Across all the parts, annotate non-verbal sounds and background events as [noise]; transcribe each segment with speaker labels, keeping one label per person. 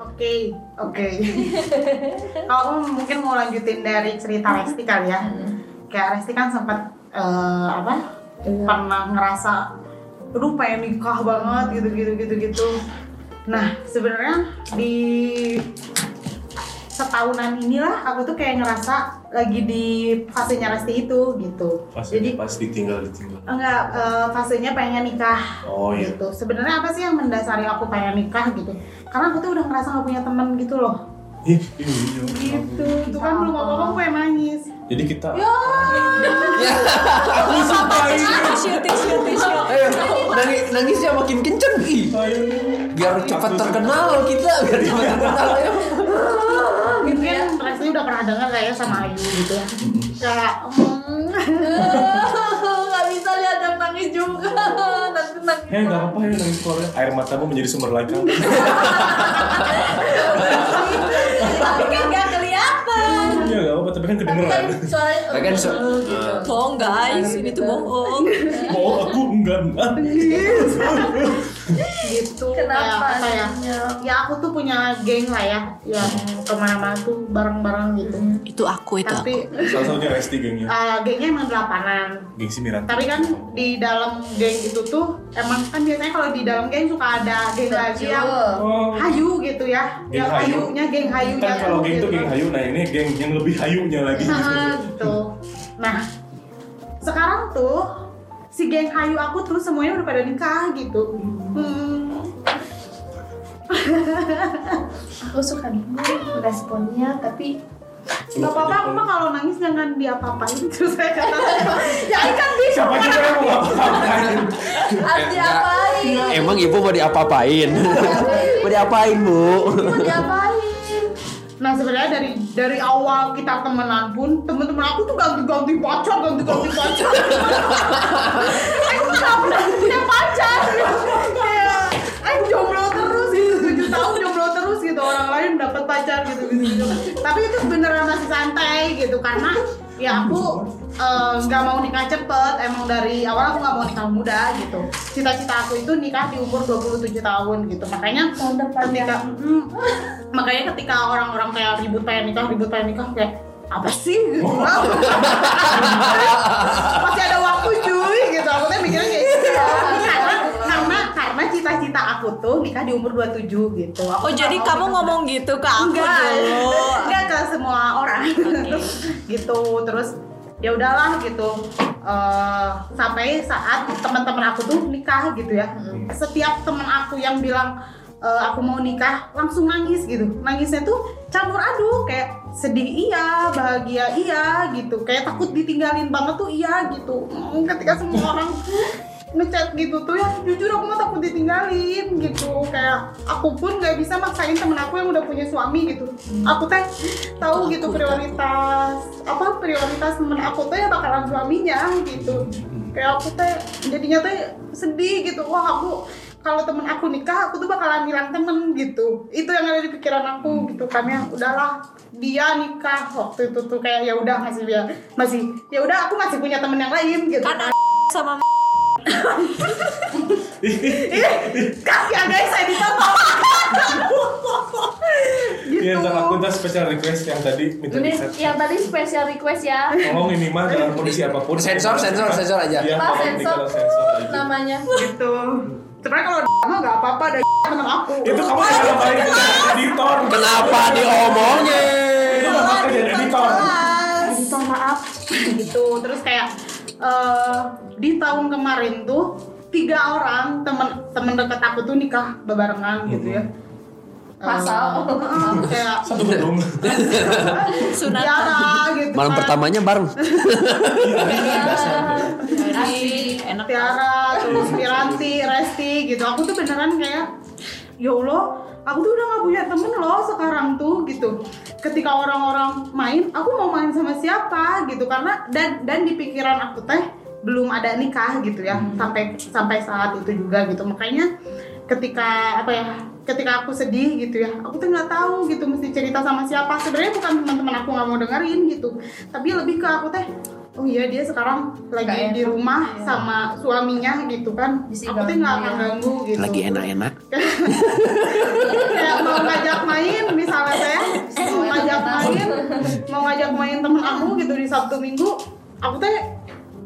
Speaker 1: Oke, oke. Kalau kamu mungkin mau lanjutin dari cerita Resti kali ya. Kayak Resti kan sempat eh, apa?
Speaker 2: [laughs]
Speaker 1: Pernah ngerasa aduh pengen nikah banget gitu gitu gitu gitu. Nah, sebenarnya di setahunan inilah aku tuh kayak ngerasa lagi di fasenya Resti itu gitu. Jadi
Speaker 3: Pasti pasti tinggal ditinggal.
Speaker 1: enggak eh, fasenya pengen nikah
Speaker 3: Oh iya.
Speaker 1: gitu. Sebenarnya apa sih yang mendasari aku pengen nikah gitu? Karena aku tuh udah ngerasa nggak punya temen gitu loh.
Speaker 3: Ih, iya, iya.
Speaker 1: Gitu. Itu kan belum apa-apa aku pengen nangis.
Speaker 3: Jadi kita
Speaker 2: Tissue, tissue, tissue.
Speaker 4: Ayo, Eh, nangis, nangisnya makin kenceng ih. Biar cepat terkenal kita, biar cepat terkenal ya.
Speaker 1: Mungkin Resti udah pernah dengar kayak sama Ayu gitu ya. Kayak hmm,
Speaker 2: Gak bisa lihat yang nangis juga.
Speaker 5: [laughs]
Speaker 2: Nanti nangis.
Speaker 3: Eh, nggak apa-apa ya nangis keluar. Air matamu menjadi sumber lagi.
Speaker 2: Tapi kan gak kelihatan.
Speaker 3: Iya, nggak apa-apa, tapi kan
Speaker 2: Tapi kan
Speaker 3: kedengeran.
Speaker 2: suaranya.
Speaker 3: Nah,
Speaker 4: Lagian so-
Speaker 5: oh,
Speaker 2: "Eh, gitu."
Speaker 3: Ah.
Speaker 2: Bohong guys, ini tuh bohong.
Speaker 3: Oh, aku enggak. Ah.
Speaker 1: gitu.
Speaker 2: Kenapa
Speaker 1: Kayak apa ya? Ya aku tuh punya geng lah ya. Yang kemana-mana tuh bareng-bareng gitu.
Speaker 2: Itu aku, itu aku.
Speaker 1: Tapi
Speaker 3: Salah satunya Resti gengnya.
Speaker 1: eh, gengnya emang delapanan.
Speaker 3: Gengsi Miranti.
Speaker 1: tapi kan di dalam geng itu tuh emang kan biasanya kalau di dalam geng suka ada geng lagi yang
Speaker 3: Oh.
Speaker 1: hayu gitu ya
Speaker 3: Geng
Speaker 1: yang
Speaker 3: hayu.
Speaker 1: hayunya geng hayunya gitu
Speaker 3: Kan kalau
Speaker 1: tuh
Speaker 3: geng itu geng hayu, nah ini geng yang lebih hayunya
Speaker 1: [laughs]
Speaker 3: lagi.
Speaker 1: Nah, gitu nah sekarang tuh si geng hayu aku tuh semuanya udah pada nikah gitu hmm.
Speaker 5: Aku suka bingung responnya, tapi
Speaker 1: Gak apa-apa, aku mah kalau nangis jangan diapa-apain [laughs] Terus saya kata, ya ini kan bisa
Speaker 3: Siapa juga yang mau ngapa-ngapain?
Speaker 2: Harus diapain?
Speaker 4: Emang ibu mau diapa-apain? [laughs] mau diapain bu?
Speaker 2: Mau diapain?
Speaker 1: Nah sebenarnya dari dari awal kita temenan pun teman-teman aku tuh ganti-ganti pacar, ganti-ganti pacar. aku nggak pernah punya pacar. Kayak, eh jomblo terus gitu, tujuh tahun jomblo terus gitu orang lain dapat pacar gitu gitu. gitu. Tapi itu beneran masih santai gitu karena ya aku eh, nggak mau nikah cepet emang dari awal aku nggak mau nikah muda gitu cita-cita aku itu nikah di umur 27 tahun gitu makanya
Speaker 5: tahun depan
Speaker 1: ketika
Speaker 5: ya.
Speaker 1: mm, makanya ketika orang-orang kayak ribut pengen nikah ribut pengen nikah kayak apa sih gitu masih ada waktu cuy gitu aku tuh mikirnya kayak gitu karena karena karena cita-cita aku tuh nikah di umur 27 gitu Aku
Speaker 2: Oh,
Speaker 1: nggak
Speaker 2: jadi
Speaker 1: mau
Speaker 2: kamu
Speaker 1: nikah
Speaker 2: ngomong gitu ke aku
Speaker 1: enggak
Speaker 2: dulu.
Speaker 1: [laughs] enggak ke semua orang [laughs] gitu terus ya udahlah gitu Eh, sampai saat teman-teman aku tuh nikah gitu ya
Speaker 2: Hmm.
Speaker 1: setiap teman aku yang bilang eh, aku mau nikah langsung nangis gitu nangisnya tuh campur aduk kayak sedih iya bahagia iya gitu kayak takut ditinggalin banget tuh iya gitu Hmm, ketika semua orang ngechat gitu tuh ya jujur aku mah takut ditinggalin gitu kayak aku pun nggak bisa maksain temen aku yang udah punya suami gitu aku teh tahu gitu prioritas apa prioritas temen aku tuh ya bakalan suaminya gitu kayak aku teh jadinya teh sedih gitu wah aku kalau temen aku nikah aku tuh bakalan hilang temen gitu itu yang ada di pikiran aku gitu kan ya udahlah dia nikah waktu itu tuh kayak ya udah masih ya masih ya udah aku masih punya temen yang lain gitu
Speaker 2: Kan sama
Speaker 1: kasihan Iya, guys saya ditonton gitu
Speaker 3: Iya, ntar aku ntar special request yang tadi minta
Speaker 5: Ini
Speaker 3: di
Speaker 5: yang tadi special request ya
Speaker 3: Tolong ini mah dalam kondisi apapun.
Speaker 4: Sensor, sensor, sensor aja.
Speaker 3: Iya,
Speaker 5: Pak,
Speaker 3: tolong di
Speaker 5: sensor.
Speaker 3: kalau sensor aja.
Speaker 5: namanya.
Speaker 1: gitu sebenarnya kalau mah nggak apa-apa ada temen aku
Speaker 3: Itu kamu yang salah baik editor.
Speaker 4: Kenapa diomongin?
Speaker 3: Itu nggak pakai jadi editor.
Speaker 1: Minta maaf gitu terus kayak eh, di tahun kemarin tuh tiga orang temen temen deket aku tuh nikah bebarengan gitu ya
Speaker 3: Hmm.
Speaker 5: Masal.
Speaker 1: Eh, eh, kayak
Speaker 3: Satu
Speaker 4: [laughs]
Speaker 3: gedung.
Speaker 2: Sunat.
Speaker 5: Ya,
Speaker 1: Tiara gitu kan.
Speaker 4: Malam pertamanya bareng.
Speaker 3: Iya,
Speaker 2: Asli, enak.
Speaker 1: Tiara, terus Miranti, Resti gitu. Aku tuh beneran kayak ya Allah, aku tuh udah gak punya temen loh sekarang tuh gitu. Ketika orang-orang main, aku mau main sama siapa gitu karena dan dan di pikiran aku teh belum ada nikah gitu ya
Speaker 2: Hmm.
Speaker 1: sampai sampai saat itu juga gitu. Makanya ketika apa ya ketika aku sedih gitu ya aku tuh nggak tahu gitu mesti cerita sama siapa sebenarnya bukan teman-teman aku nggak mau dengerin gitu tapi lebih ke aku teh oh iya dia sekarang lagi
Speaker 2: Nggak enak,
Speaker 1: di rumah
Speaker 2: iya.
Speaker 1: sama suaminya gitu kan
Speaker 2: Bisa
Speaker 1: aku tuh nggak
Speaker 2: ganggu,
Speaker 1: akan
Speaker 2: ya.
Speaker 1: ganggu gitu
Speaker 4: Lagi enak-enak.
Speaker 1: kayak mau ngajak main misalnya saya
Speaker 2: Eh,
Speaker 1: mau ngajak main mau ngajak main temen aku gitu di Sabtu Minggu aku tuh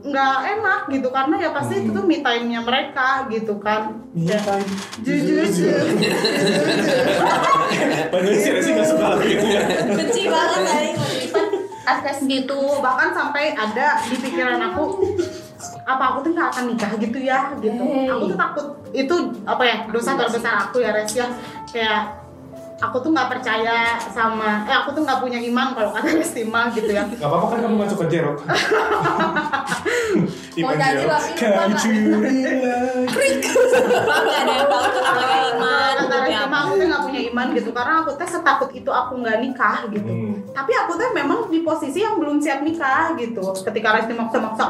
Speaker 1: nggak enak gitu karena ya pasti itu tuh me time-nya mereka gitu kan
Speaker 3: Iya kan.
Speaker 1: jujur jujur.
Speaker 3: Padahal si Resi nggak suka lagi itu ya.
Speaker 2: benci banget tadi ngomongin
Speaker 5: Atas
Speaker 1: gitu bahkan sampai ada di pikiran aku apa aku tuh nggak akan nikah gitu ya gitu
Speaker 2: Hey.
Speaker 1: aku tuh takut itu apa ya dosa terbesar aku ya res ya kayak aku tuh nggak percaya sama eh aku tuh nggak punya iman kalau kata Restima gitu ya
Speaker 3: Gak apa-apa kan kamu nggak suka jerok.
Speaker 2: Mau nyanyi lagi, lupa, Kak. nggak ada yang tahu tuh namanya iman
Speaker 1: kata Restima aku tuh nggak punya iman gitu karena aku tuh setakut itu aku nggak nikah gitu
Speaker 3: Hmm.
Speaker 1: tapi aku tuh memang di posisi yang belum siap nikah gitu ketika Resti maksa-maksa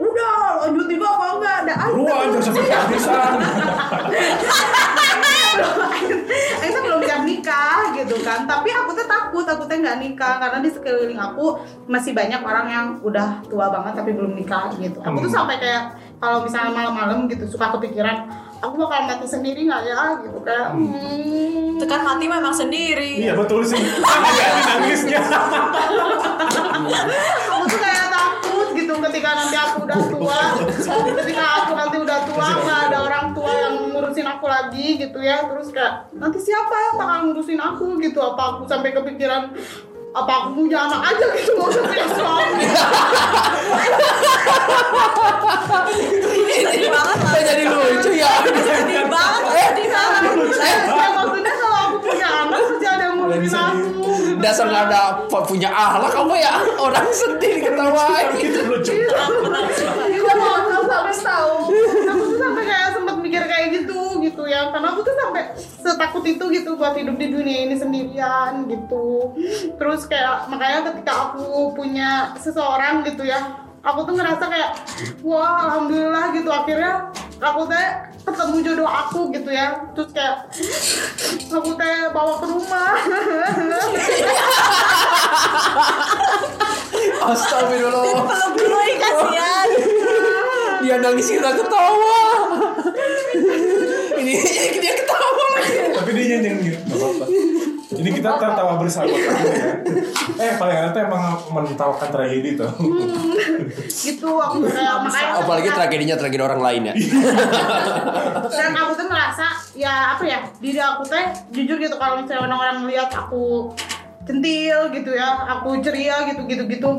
Speaker 1: udah lanjut juga apa enggak ada
Speaker 3: Ruang jangan sampai kehabisan.
Speaker 1: Akhirnya belum siap nikah gitu kan Tapi aku tuh takut, takutnya nggak nikah Karena di sekeliling aku masih banyak orang yang udah tua banget tapi belum nikah gitu Aku tuh
Speaker 3: Hmm.
Speaker 1: sampai kayak kalau misalnya malam-malam gitu suka kepikiran Aku bakal mati sendiri nggak ya gitu kayak hmm.
Speaker 2: tekan mati memang Kan
Speaker 4: [laughs]
Speaker 2: sendiri
Speaker 3: Iya betul sih. Ada nangisnya.
Speaker 1: Aku tuh kayak takut gitu ketika nanti aku udah tua Ketika aku nanti udah tua nggak ada orang tua yang ngurusin aku lagi gitu ya Terus kayak nanti siapa yang bakal ngurusin aku gitu Apa aku sampai kepikiran apa aku punya anak aja gitu [laughs] mau punya
Speaker 4: [laughs]
Speaker 1: suami
Speaker 2: sedih banget lah
Speaker 4: Saya Iya, jadi Eh. lucu ya.
Speaker 2: sedih banget sedih banget
Speaker 1: Ya, maksudnya kalau aku punya anak pasti ada yang ngurusin aku gitu.
Speaker 4: Dasar nggak ada apa- punya akhlak kamu ya orang sendiri ketawain.
Speaker 3: Itu lucu.
Speaker 5: Kita mau tahu harus tahu.
Speaker 1: aku tuh sampai kayak sempat mikir kayak gitu gitu ya karena aku tuh sampai setakut itu gitu buat hidup di dunia ini sendirian gitu terus kayak makanya ketika aku punya seseorang gitu ya aku tuh ngerasa kayak wah alhamdulillah gitu akhirnya aku tuh ketemu jodoh aku gitu ya terus kayak aku teh bawa ke rumah [laughs]
Speaker 4: Astagfirullah.
Speaker 2: peluk dulu nih kasihan
Speaker 4: Dia nangis kita ketawa. Ini dia ketawa lagi.
Speaker 3: Tapi dia nyanyi gitu. Gak apa-apa. Jadi kita tertawa bersama. kan, Eh paling enak tuh emang menetawakan tragedi tuh.
Speaker 1: gitu aku kayak makanya
Speaker 4: Apalagi tragedinya tragedi orang lain ya.
Speaker 1: dan aku tuh ngerasa ya apa ya diri aku tuh jujur gitu kalau misalnya orang-orang lihat aku centil gitu ya aku ceria gitu gitu gitu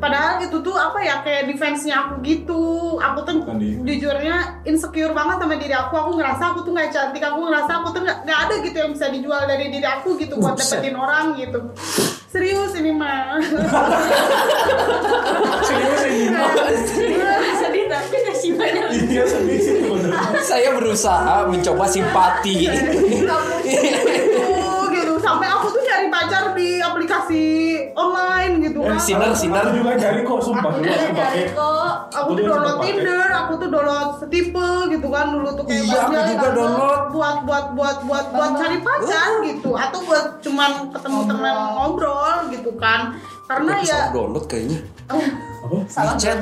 Speaker 1: padahal itu tuh apa ya kayak defense-nya aku gitu aku tuh
Speaker 3: Bukan di-
Speaker 1: jujurnya insecure banget sama diri aku aku ngerasa aku tuh nggak cantik aku ngerasa aku tuh nggak nggak ada gitu yang bisa dijual dari diri aku gitu buat
Speaker 4: Buset.
Speaker 1: dapetin orang gitu serius ini mah
Speaker 3: Serius ini.
Speaker 2: sedih tapi kasih banyak
Speaker 3: Iya sedih sih bener.
Speaker 4: Saya berusaha mencoba simpati.
Speaker 1: Tuh, gitu sampai aku tuh nyari pacar di aplikasi online
Speaker 3: Eh,
Speaker 1: gitu kan
Speaker 4: Eh, Sinar, sinar.
Speaker 3: Aku juga cari kok sumpah.
Speaker 2: aku juga nyari kok
Speaker 1: aku tuh
Speaker 3: Dulu aku Iya, pakai. Dulu
Speaker 1: download
Speaker 3: sempat pakai.
Speaker 1: Tinder, aku tuh download Setipe gitu kan dulu tuh kayak
Speaker 4: Iya, aku
Speaker 1: banyak
Speaker 4: juga
Speaker 1: kan.
Speaker 4: download.
Speaker 1: buat buat buat buat buat cari pacar gitu atau buat cuman ketemu teman ngobrol gitu kan karena
Speaker 4: Aku
Speaker 1: ya
Speaker 4: salah download kayaknya.
Speaker 3: Apa?
Speaker 2: Salah.
Speaker 4: Di chat.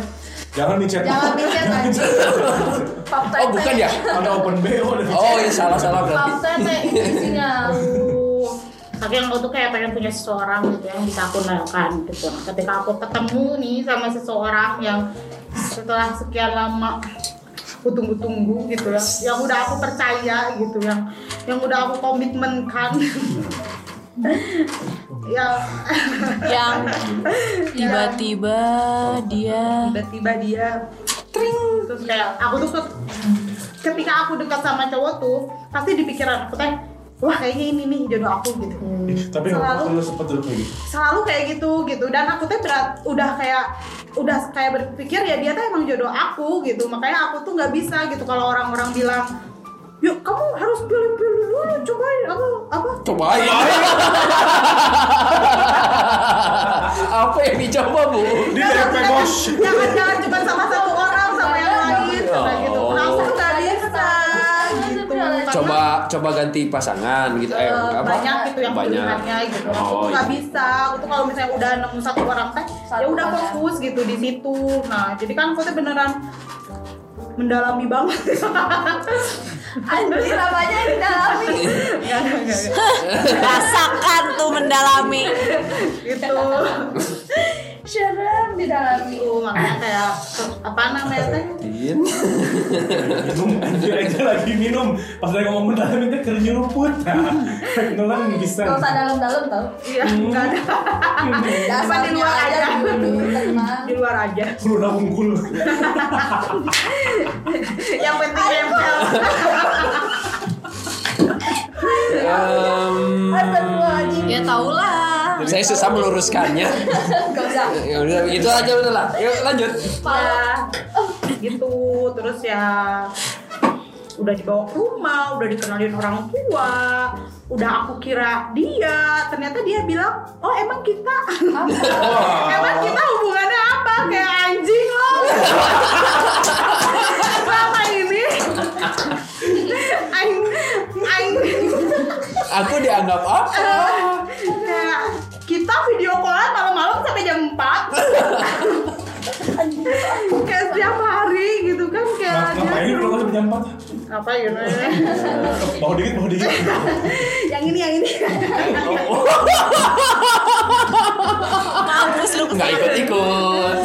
Speaker 3: Jangan dicat.
Speaker 5: Jangan mikir aja. Fakta
Speaker 4: Oh bukan ya?
Speaker 3: Ada open BO dari
Speaker 4: Oh ya salah salah berarti.
Speaker 5: Fakta teh isinya.
Speaker 1: aduh tapi yang aku tuh kayak pengen punya seseorang gitu yang bisa aku naikkan gitu Nah, ketika aku ketemu nih sama seseorang yang setelah sekian lama aku tunggu-tunggu gitu ya yang udah aku percaya gitu yang yang udah aku komitmenkan Ya, yang
Speaker 2: yang tiba-tiba dia
Speaker 1: tiba-tiba dia tring terus kayak aku tuh ke- ketika aku dekat sama cowok tuh pasti di pikiran aku teh wah kayaknya ini nih jodoh aku gitu
Speaker 3: Tapi nggak apa-apa,
Speaker 1: Selalu.
Speaker 3: lu sempet dulu kayak gitu.
Speaker 1: selalu kayak gitu gitu dan aku tuh berat udah kayak udah kayak berpikir ya dia tuh emang jodoh aku gitu makanya aku tuh nggak bisa gitu kalau orang-orang bilang yuk kamu harus pilih-pilih dulu cobain apa apa
Speaker 4: Cobain. [laughs] Apa yang dicoba bu?
Speaker 3: Di DP bos.
Speaker 1: jangan jangan cuma sama satu orang sama yang lain sama gitu
Speaker 4: Oh.
Speaker 1: aku nggak bisa gitu
Speaker 5: Coba
Speaker 4: coba coba ganti pasangan gitu eh
Speaker 1: Eh,
Speaker 4: apa
Speaker 1: banyak gitu yang
Speaker 4: banyak.
Speaker 1: pilihannya gitu aku
Speaker 4: Oh,
Speaker 1: tuh nggak
Speaker 4: iya.
Speaker 1: bisa aku tuh kalau misalnya udah nemu satu orang teh
Speaker 2: Satu
Speaker 1: ya udah
Speaker 2: orang.
Speaker 1: fokus gitu di situ nah jadi kan aku tuh beneran mendalami banget [laughs]
Speaker 2: Anjir apanya yang didalami
Speaker 1: Nggak, nggak, nggak, nggak.
Speaker 6: Rasakan tuh mendalami.
Speaker 1: gitu
Speaker 2: Serem didalami
Speaker 1: itu makanya kayak apa namanya teh
Speaker 4: Din.
Speaker 3: minum anjir aja lagi minum pas lagi ngomong bentar minta kerja rumput nelan bisa
Speaker 2: Gak usah dalam-dalam tau
Speaker 1: iya
Speaker 4: Hmm.
Speaker 1: nggak ada Apa di luar aja?
Speaker 2: dulu, tenang.
Speaker 1: di luar aja
Speaker 3: belum dah unggul
Speaker 1: yang penting nempel
Speaker 4: Em,
Speaker 2: Astagfirullahaladzim
Speaker 6: Ya tau lah.
Speaker 4: saya susah meluruskannya
Speaker 2: Gak usah
Speaker 4: ya udah itu aja udah lah yuk lanjut
Speaker 1: ya gitu terus ya udah dibawa ke rumah udah dikenalin orang tua udah aku kira dia ternyata dia bilang oh emang kita emang kita hubungannya apa kayak anjing loh selama ini aing aing
Speaker 4: aku dianggap apa
Speaker 1: kayak kita video callan malam-malam sampai jam 4 kayak setiap hari gitu kan kayak
Speaker 3: Ngap-
Speaker 1: dia-
Speaker 3: ngapain kalau kan jam empat
Speaker 1: apa ya namanya?
Speaker 3: bawa dikit bawa [laughs] dikit
Speaker 1: yang ini yang ini
Speaker 6: Mampus lu
Speaker 4: nggak ikut ikut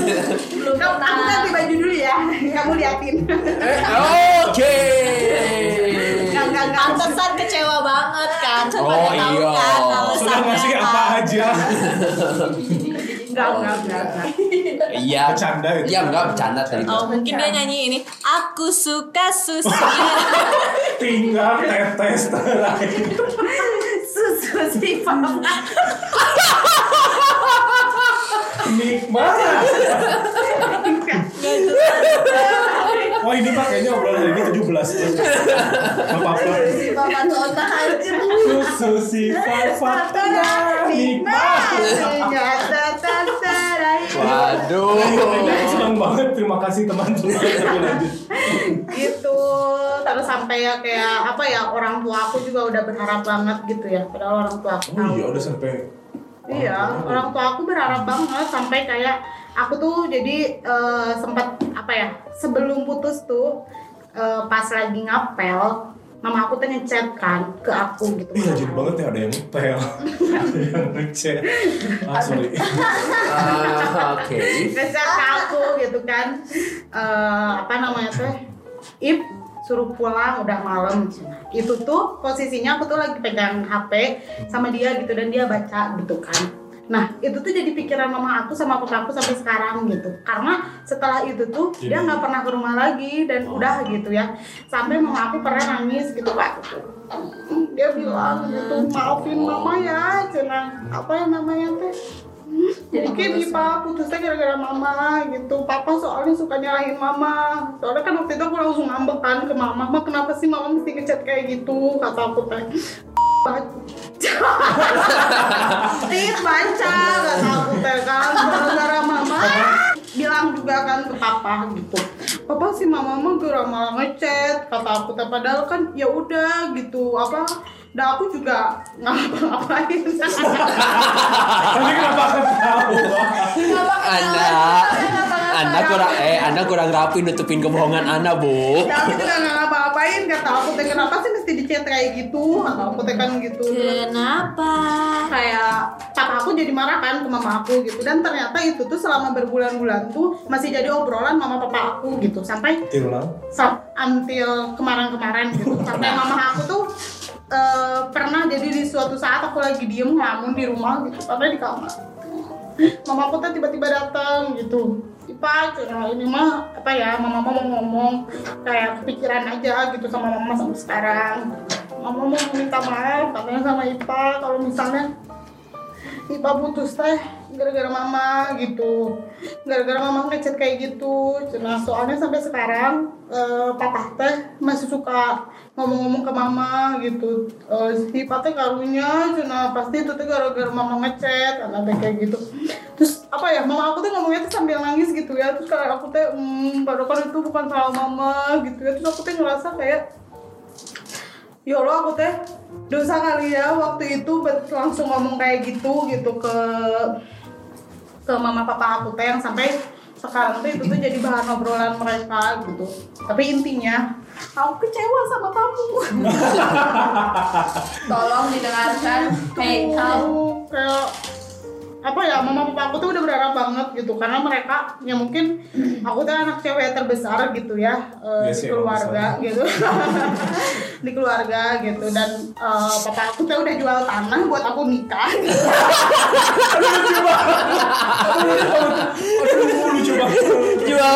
Speaker 2: Belum
Speaker 1: kamu aku ganti
Speaker 2: pernah
Speaker 1: baju dulu ya kamu liatin
Speaker 4: Eh, oke
Speaker 1: Eh, nggak nggak nggak
Speaker 6: Pantesan kecewa banget kan.
Speaker 4: Oh,
Speaker 6: Pada tahu
Speaker 4: iya.
Speaker 6: kan
Speaker 3: sudah
Speaker 6: alasannya
Speaker 3: ngasih
Speaker 6: kan.
Speaker 3: apa aja
Speaker 1: nggak nggak nggak nggak.
Speaker 4: iya
Speaker 3: Bercanda itu.
Speaker 4: iya nggak bercanda tadi
Speaker 6: Oh mungkin dia nyanyi ini Aku suka Susi
Speaker 3: tinggal tetes terakhir
Speaker 1: susu si pam
Speaker 3: nikmat wah Oh, ini pak kayaknya obrolan ini 17 apa-apa
Speaker 2: Bapak tuh otak anjir
Speaker 3: susu si Fafa tengah nikmat
Speaker 4: waduh
Speaker 3: Aku senang banget, terima kasih teman-teman Tapi lanjut.
Speaker 1: gitu terus sampai ya kayak apa ya orang tua aku juga udah berharap banget gitu ya padahal orang tua aku
Speaker 3: Oh
Speaker 1: tahu
Speaker 3: iya udah sampai
Speaker 1: Iya, orang tua aku berharap banget sampai kayak aku tuh jadi eh, sempat apa ya sebelum putus tuh eh, pas lagi ngapel mama aku tuh ngechat kan ke aku gitu.
Speaker 3: Ih lanjut banget ya ada yang ngetel Ada yang ngechat Ah sorry
Speaker 4: Ah, oke
Speaker 1: Ngechat ke aku gitu kan Eh, apa namanya tuh Ip suruh pulang udah malam itu tuh posisinya aku tuh lagi pegang HP sama dia gitu dan dia baca gitu kan nah itu tuh jadi pikiran mama aku sama papa aku sampai sekarang gitu karena setelah itu tuh dia
Speaker 3: Jadi-
Speaker 1: nggak pernah ke rumah lagi dan udah gitu ya sampai mama aku pernah nangis gitu kak dia bilang gitu maafin mama ya cina apa yang namanya teh "Hmm, mungkin Ipa putusnya gara-gara mama gitu Papa soalnya suka nyalahin mama Soalnya kan waktu itu aku langsung ngambek kan ke mama Mama kenapa sih mama mesti ngechat kayak gitu Kata aku teh Baca Tit baca Kata aku teh kan Gara-gara mama Bilang juga kan ke papa gitu Papa sih mama mah gara malah ngechat Kata aku teh padahal kan ya udah gitu Apa Nah aku juga ngapa-ngapain [laughs]
Speaker 3: Tapi kenapa ketawa?
Speaker 4: anda anda kurang eh anda kurang rapi nutupin kebohongan anda bu
Speaker 1: Ya, aku juga nggak ngapa-ngapain kata aku teh kenapa sih mesti dicat kayak gitu kata aku teh kan gitu Terus
Speaker 6: Kenapa?
Speaker 1: kayak papa aku jadi marah kan ke mama aku gitu dan ternyata itu tuh selama berbulan-bulan tuh masih jadi obrolan mama papa aku gitu sampai
Speaker 3: Tirulang
Speaker 1: sam- until kemarin-kemarin gitu sampai mama aku tuh eh, pernah jadi di suatu saat aku lagi diem ngelamun di rumah gitu sampai di kamar mama aku tuh tiba-tiba datang gitu Ipa, cina ini mah apa ya, mama mau ngomong kayak kepikiran aja gitu sama mama sampai sekarang. Mama mau minta maaf katanya sama Ipa kalau misalnya Ipa putus teh gara-gara mama gitu gara-gara mama ngechat kayak gitu nah soalnya sampai sekarang eh, papa teh masih suka ngomong-ngomong ke mama gitu Eh, si Ipa teh karunya cina pasti itu tuh gara-gara mama ngechat karena teh kayak gitu terus apa ya mama aku tuh ngomongnya tuh sambil nangis gitu ya terus kayak aku teh hmm padahal kan itu bukan salah mama gitu ya terus aku teh ngerasa kayak ya Allah aku teh dosa kali ya waktu itu bet- langsung ngomong kayak gitu gitu ke ke mama papa aku teh yang sampai sekarang tuh itu tuh jadi bahan obrolan mereka gitu tapi intinya aku kecewa sama kamu
Speaker 2: Tolong didengarkan. Hey, kau.
Speaker 1: Aku kayak apa ya mama papa aku tuh udah berharap banget gitu karena mereka ya mungkin aku tuh anak cewek terbesar gitu ya eh, di
Speaker 3: Iya sih, emang
Speaker 1: keluarga gitu [laughs] di keluarga gitu dan eh, papa aku tuh udah jual tanah buat aku nikah
Speaker 3: [laughs]
Speaker 1: gitu.
Speaker 3: Aduh, lucu banget.
Speaker 4: Jual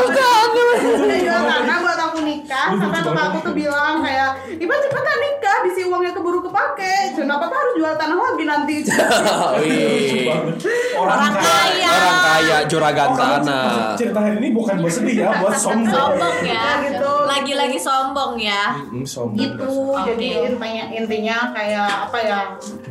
Speaker 1: udah jual tanah buat aku nikah sampai papa aku tuh bilang kayak ibu cepetan nikah bisi uangnya keburu kepake kenapa papa harus jual tanah lagi nanti
Speaker 3: [laughs] Lucu
Speaker 4: Wih.
Speaker 3: banget. Orang
Speaker 6: Orang
Speaker 3: kaya.
Speaker 6: kaya.
Speaker 4: Orang kaya juragan
Speaker 3: Orang
Speaker 4: tanah.
Speaker 3: Cerita hari ini bukan buat sedih ya, buat sombong.
Speaker 6: Sombong ya.
Speaker 1: Gitu.
Speaker 6: Lagi-lagi sombong ya.
Speaker 3: Hmm, sombong.
Speaker 1: gitu
Speaker 6: Oke.
Speaker 1: jadi intinya intinya kayak apa ya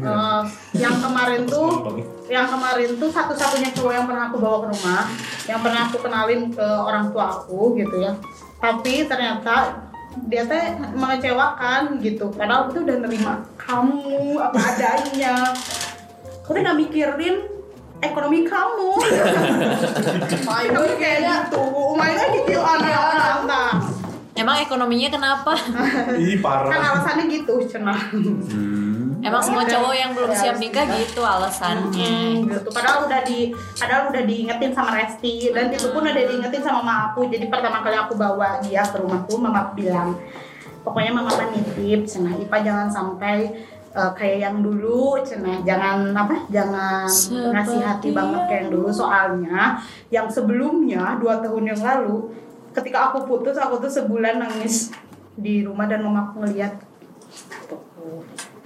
Speaker 1: eh, yang kemarin tuh
Speaker 3: Sombong.
Speaker 1: yang kemarin tuh satu-satunya cowok yang pernah aku bawa ke rumah yang pernah aku kenalin ke orang tua aku gitu ya tapi ternyata dia teh mengecewakan gitu padahal aku tuh udah nerima kamu apa adanya aku tuh nggak mikirin ekonomi kamu kamu kayak gitu umai kan gitu anak-anak
Speaker 6: Emang ekonominya kenapa?
Speaker 3: Ih,
Speaker 1: Nah, kan
Speaker 3: parah.
Speaker 1: alasannya gitu cenah
Speaker 6: Emang semua cowok yang belum siap nikah gitu
Speaker 1: Hmm,
Speaker 6: alasannya.
Speaker 1: gitu. Padahal udah di, padahal udah diingetin sama Resti dan itu pun udah diingetin sama mama aku. Jadi pertama kali aku bawa dia ke rumahku, mama aku bilang, pokoknya mama mah nitip, cenah Ipa jangan sampai eh, kayak yang dulu, cenah jangan apa, jangan
Speaker 6: Seperti
Speaker 1: ngasih hati banget kayak yang dulu. Soalnya yang sebelumnya dua tahun yang lalu, ketika aku putus, aku tuh sebulan nangis di rumah dan mama aku ngeliat.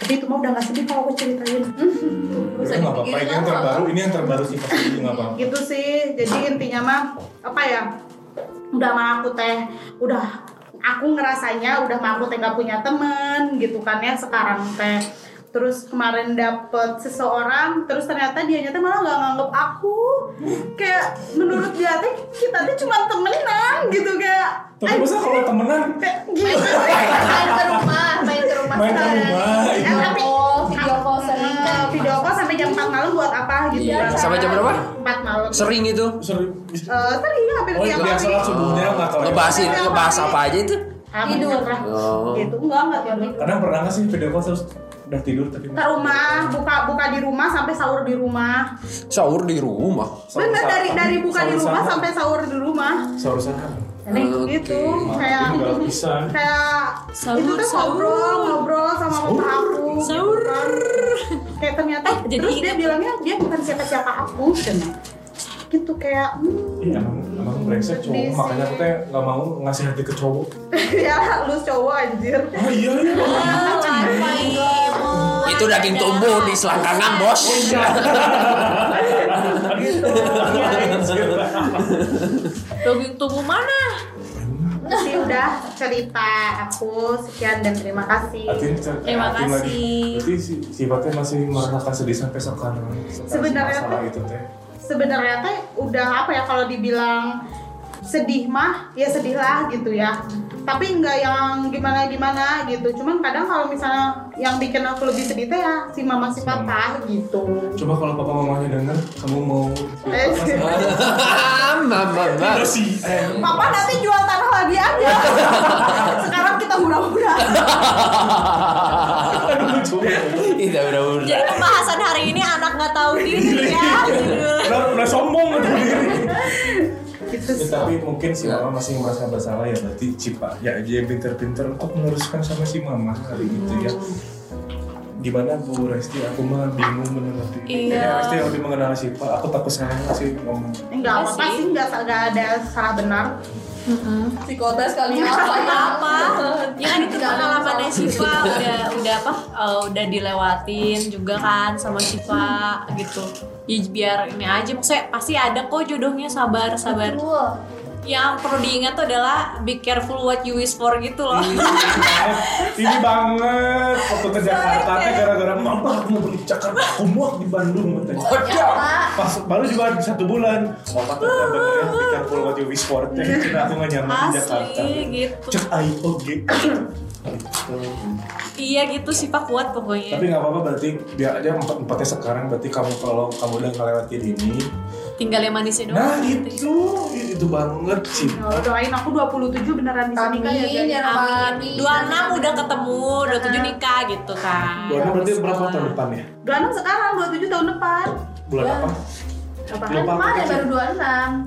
Speaker 1: Tapi itu mah udah gak sedih kalau aku ceritain.
Speaker 3: Udah nggak apa-apa. Ini yang terbaru. Ini yang terbaru sih pasti ini nggak apa-apa.
Speaker 1: gitu sih jadi intinya mah apa ya udah mah aku teh udah aku ngerasanya udah mah aku teh gak punya temen gitu kan ya sekarang teh terus kemarin dapet seseorang terus ternyata dianya teh malah gak nganggep aku kayak menurut dia teh kita teh cuma temenan gitu kayak
Speaker 3: Tapi masa kalau temenan
Speaker 1: kayak
Speaker 2: Main
Speaker 1: gitu
Speaker 2: ke main ke rumah, main ke rumah.
Speaker 3: main ke
Speaker 2: sekarang.
Speaker 3: rumah, iya.
Speaker 1: Eh,
Speaker 3: itu
Speaker 1: tapi-
Speaker 2: Oh, video call sering
Speaker 1: Eh,
Speaker 2: kan?
Speaker 1: video call sampai jam 4 malam buat apa gitu
Speaker 4: Iya.
Speaker 1: kan.
Speaker 4: Sampai jam berapa?
Speaker 1: 4 malam
Speaker 4: Sering itu.
Speaker 3: sering
Speaker 1: Eh, sering hampir
Speaker 3: Oh,
Speaker 1: tiap
Speaker 3: iya,
Speaker 1: hari
Speaker 3: salah. Subuhnya nggak tahu ya.
Speaker 4: Ngebahas ngebahas apa aja itu?
Speaker 1: Ah,
Speaker 2: Tidur.
Speaker 1: bener lah.
Speaker 4: Oh.
Speaker 1: Gitu enggak enggak tidur.
Speaker 3: kadang pernah nggak sih video call terus udah tidur tapi
Speaker 1: Ke rumah, buka buka di rumah sampai sahur di rumah.
Speaker 4: Sahur di rumah.
Speaker 1: Bener dari dari buka di rumah sampai sahur di rumah.
Speaker 3: sahur sahur
Speaker 1: Ini
Speaker 4: Oke.
Speaker 1: gitu
Speaker 3: Ini
Speaker 1: kayak
Speaker 3: nggak bisa
Speaker 1: kayak
Speaker 6: Sahur,
Speaker 1: itu tuh
Speaker 6: sahur.
Speaker 1: ngobrol ngobrol sama
Speaker 3: Sahur.
Speaker 1: papa aku. gitu
Speaker 6: Sahur.
Speaker 1: kan. Kayak ternyata
Speaker 6: Eh, jadi
Speaker 1: terus dia
Speaker 6: ingat.
Speaker 1: bilangnya dia bukan siapa-siapa aku. Cenah. Gitu kayak [laughs] hmm,
Speaker 3: Iya, emang emang brengsek cowok
Speaker 1: Sedih sih.
Speaker 3: makanya aku teh nggak mau ngasih hati ke cowok
Speaker 1: ya lu cowok anjir.
Speaker 3: ah iya iya
Speaker 1: [laughs]
Speaker 4: Itu daging tumbuh di selangkangan, Bos.
Speaker 3: Iya,
Speaker 1: Gitu. Iya,
Speaker 6: Daging tumbuh mana?
Speaker 1: Jadi udah cerita aku sekian dan terima kasih.
Speaker 3: Atin, cer-
Speaker 6: Terima
Speaker 3: Atin
Speaker 6: kasih.
Speaker 3: kan lagi. Berarti si- sifatnya masih merasakan sedih sampai sekarang. sekarang
Speaker 1: Sebenarnya
Speaker 3: masalah
Speaker 1: tuh-
Speaker 3: itu teh.
Speaker 1: sebenarnya teh udah apa ya kalau dibilang sedih mah ya sedih lah gitu ya tapi nggak yang gimana gimana gitu cuman kadang kalau misalnya yang bikin aku lebih sedih teh ya si mama si papa gitu
Speaker 3: Coba kalau papa mamanya denger, kamu mau
Speaker 1: Eh, [laughs]
Speaker 4: Mama, mama.
Speaker 3: Ada sih. eh,
Speaker 1: papa nanti jual tanah lagi aja sekarang kita hura-hura
Speaker 3: aduh, lucu.
Speaker 4: Tidak udah udah.
Speaker 6: Jadi pembahasan hari ini anak nggak tahu diri ya. judulnya.
Speaker 3: Udah, udah sombong gitu diri.
Speaker 1: gitu
Speaker 3: Ya,
Speaker 1: sih.
Speaker 3: tapi mungkin si mama masih merasa bersalah ya berarti Cipa ya dia pinter-pinter untuk meluruskan sama si mama hari itu ya
Speaker 1: Hmm.
Speaker 3: gimana Bu Resti aku mah bingung mengerti
Speaker 6: Iya.
Speaker 3: Kayaknya Resti yang lebih mengenal Cipa aku takut salah sih ngomong
Speaker 1: nggak apa-apa Iya sih nggak nggak ada salah benar
Speaker 2: Psikotes kali
Speaker 5: Iya.
Speaker 2: apa
Speaker 6: apa
Speaker 2: ya?
Speaker 6: apa ya kan itu
Speaker 2: Jangan
Speaker 6: pengalamannya
Speaker 2: salah.
Speaker 6: Siva udah udah apa eh, udah dilewatin juga kan sama Siva gitu ya biar ini aja maksudnya pasti ada kok jodohnya sabar sabar
Speaker 5: Betul.
Speaker 6: yang perlu diingat tuh adalah be careful what you wish for gitu loh
Speaker 3: ini banget waktu ke Jakarta teh gara-gara mama aku mau beli cakar aku muak di Bandung katanya pas baru juga satu bulan otak udah bener ya pikir pulau waktu wish for teh. Cina aku nggak nyaman di Jakarta
Speaker 6: asli gitu
Speaker 3: cek IOG
Speaker 6: [laughs] Iya gitu sifat kuat pokoknya.
Speaker 3: Tapi nggak apa-apa berarti biar aja empat empatnya sekarang berarti kamu kalau kamu udah ngelewatin ini.
Speaker 6: Tinggal yang manisnya
Speaker 3: Nah
Speaker 6: doang. gitu.
Speaker 3: itu itu banget sih.
Speaker 1: Ya Allah, doain aku 27 beneran bisa nikah ya.
Speaker 2: Amin,
Speaker 1: Jeng.
Speaker 2: ya Rabbal Alamin.
Speaker 6: Amin. 26 udah ketemu, 27 nikah gitu kan.
Speaker 3: Bulan berarti berapa tahun depan ya?
Speaker 1: 26 sekarang, 27 tahun depan.
Speaker 3: Bulan apa?
Speaker 1: Apa?
Speaker 3: Lupa.
Speaker 5: Kemarin baru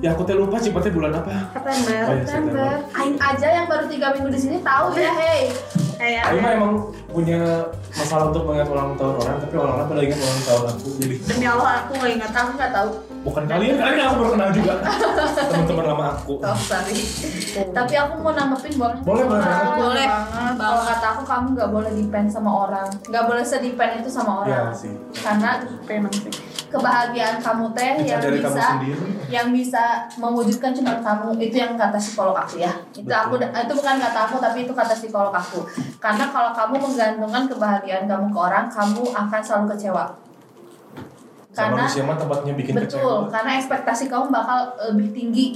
Speaker 5: 26
Speaker 3: Ya aku teh lupa sifatnya bulan apa.
Speaker 1: September.
Speaker 3: Oh, iya,
Speaker 5: September. Aing aja yang baru 3 minggu di sini tahu ya, hei.
Speaker 1: Kayak
Speaker 3: Aku mah emang punya masalah untuk mengingat ulang tahun orang, tapi orang-orang pada ingat ulang tahun aku. Jadi
Speaker 1: demi Allah aku nggak ingat, aku nggak tahu.
Speaker 3: bukan kalian, kalian aku baru kenal
Speaker 5: [laughs]
Speaker 3: juga teman-teman lama aku.
Speaker 5: Oh, sorry. Tapi aku mau nanggepin boleh?
Speaker 3: Boleh, boleh, boleh.
Speaker 6: Boleh.
Speaker 1: Banget.
Speaker 5: Kalau kata aku kamu nggak boleh depend sama orang, nggak boleh sedepend itu sama
Speaker 3: Ya
Speaker 5: orang.
Speaker 3: sih.
Speaker 5: Karena
Speaker 1: Pengen sih.
Speaker 5: kebahagiaan kamu teh
Speaker 3: Bisa
Speaker 5: yang
Speaker 3: dari
Speaker 5: eh,
Speaker 3: kamu
Speaker 5: ya, bisa
Speaker 3: sendiri.
Speaker 5: yang bisa mewujudkan cuma kamu itu yang kata psikolog aku ya itu
Speaker 3: Betul.
Speaker 5: aku itu bukan kata aku tapi itu kata psikolog aku karena kalau kamu menggantungkan kebahagiaan kamu ke orang kamu akan selalu kecewa
Speaker 3: Sama
Speaker 5: karena
Speaker 3: manusia mah tempatnya bikin
Speaker 5: betul
Speaker 3: kecewa.
Speaker 5: karena ekspektasi kamu bakal eh, lebih tinggi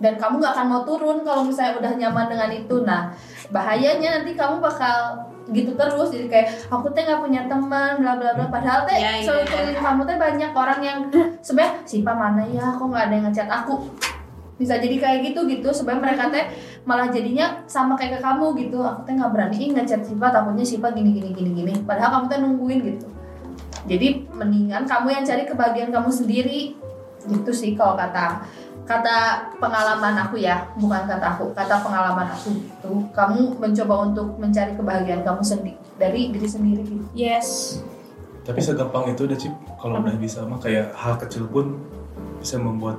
Speaker 5: dan kamu nggak akan mau turun kalau misalnya udah nyaman dengan itu nah bahayanya nanti kamu bakal gitu terus jadi kayak aku teh nggak punya teman bla bla bla padahal teh
Speaker 6: Ya, iya.
Speaker 5: sebetulnya kamu teh banyak orang yang sebenarnya siapa mana ya kok nggak ada yang ngechat aku bisa jadi kayak gitu gitu sebenarnya mereka teh malah jadinya sama kayak ke kamu gitu aku teh nggak berani ih, ngechat Siva takutnya Siva gini gini gini gini padahal kamu teh nungguin gitu jadi mendingan kamu yang cari kebahagiaan kamu sendiri gitu sih kalau kata kata pengalaman aku ya bukan kata aku kata pengalaman aku gitu kamu mencoba untuk mencari kebahagiaan kamu sendiri dari diri sendiri gitu
Speaker 6: Yes.
Speaker 3: Tapi segampang itu udah sih kalau udah bisa mah kayak hal kecil pun bisa membuat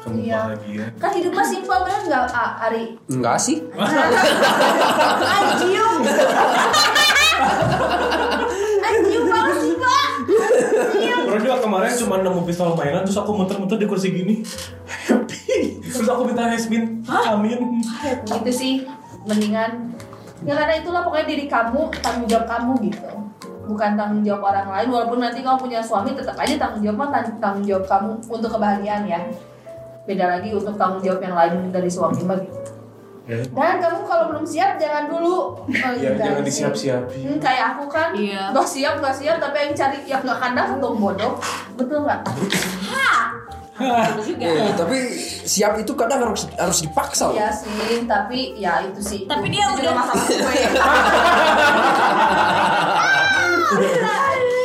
Speaker 3: kamu
Speaker 5: Iya.
Speaker 3: bahagia.
Speaker 5: kan hidup mah simpel bener nggak A- Ari
Speaker 4: Enggak sih.
Speaker 1: Anjium.
Speaker 5: Anjing banget sih pak
Speaker 3: Baru juga kemarin cuma nemu pistol mainan terus aku muter-muter di kursi gini. Happy. Terus aku minta Hasbin. Amin.
Speaker 5: gitu sih mendingan ya karena itulah pokoknya diri kamu tanggung jawab kamu gitu bukan tanggung jawab orang lain walaupun nanti kamu punya suami tetap aja tanggung jawab mah tan- tanggung jawab kamu untuk kebahagiaan ya beda lagi untuk tanggung jawab yang lain dari suami mah gitu.
Speaker 3: Ya,
Speaker 5: dan kamu kalau belum siap jangan dulu Oh, enggak
Speaker 3: ya, jangan
Speaker 5: sih.
Speaker 3: disiap-siapin.
Speaker 5: Hmm, kayak aku kan
Speaker 6: Iya.
Speaker 5: nggak siap nggak siap tapi yang cari yang nggak kandang untung bodoh betul nggak
Speaker 6: Betul juga.
Speaker 3: Oh, iya.
Speaker 4: Eh, tapi siap itu kadang harus harus dipaksa loh.
Speaker 5: iya sih tapi ya itu sih
Speaker 6: Tapi dia
Speaker 5: Itu
Speaker 6: udah-
Speaker 5: juga
Speaker 6: [laughs]
Speaker 5: masalah gue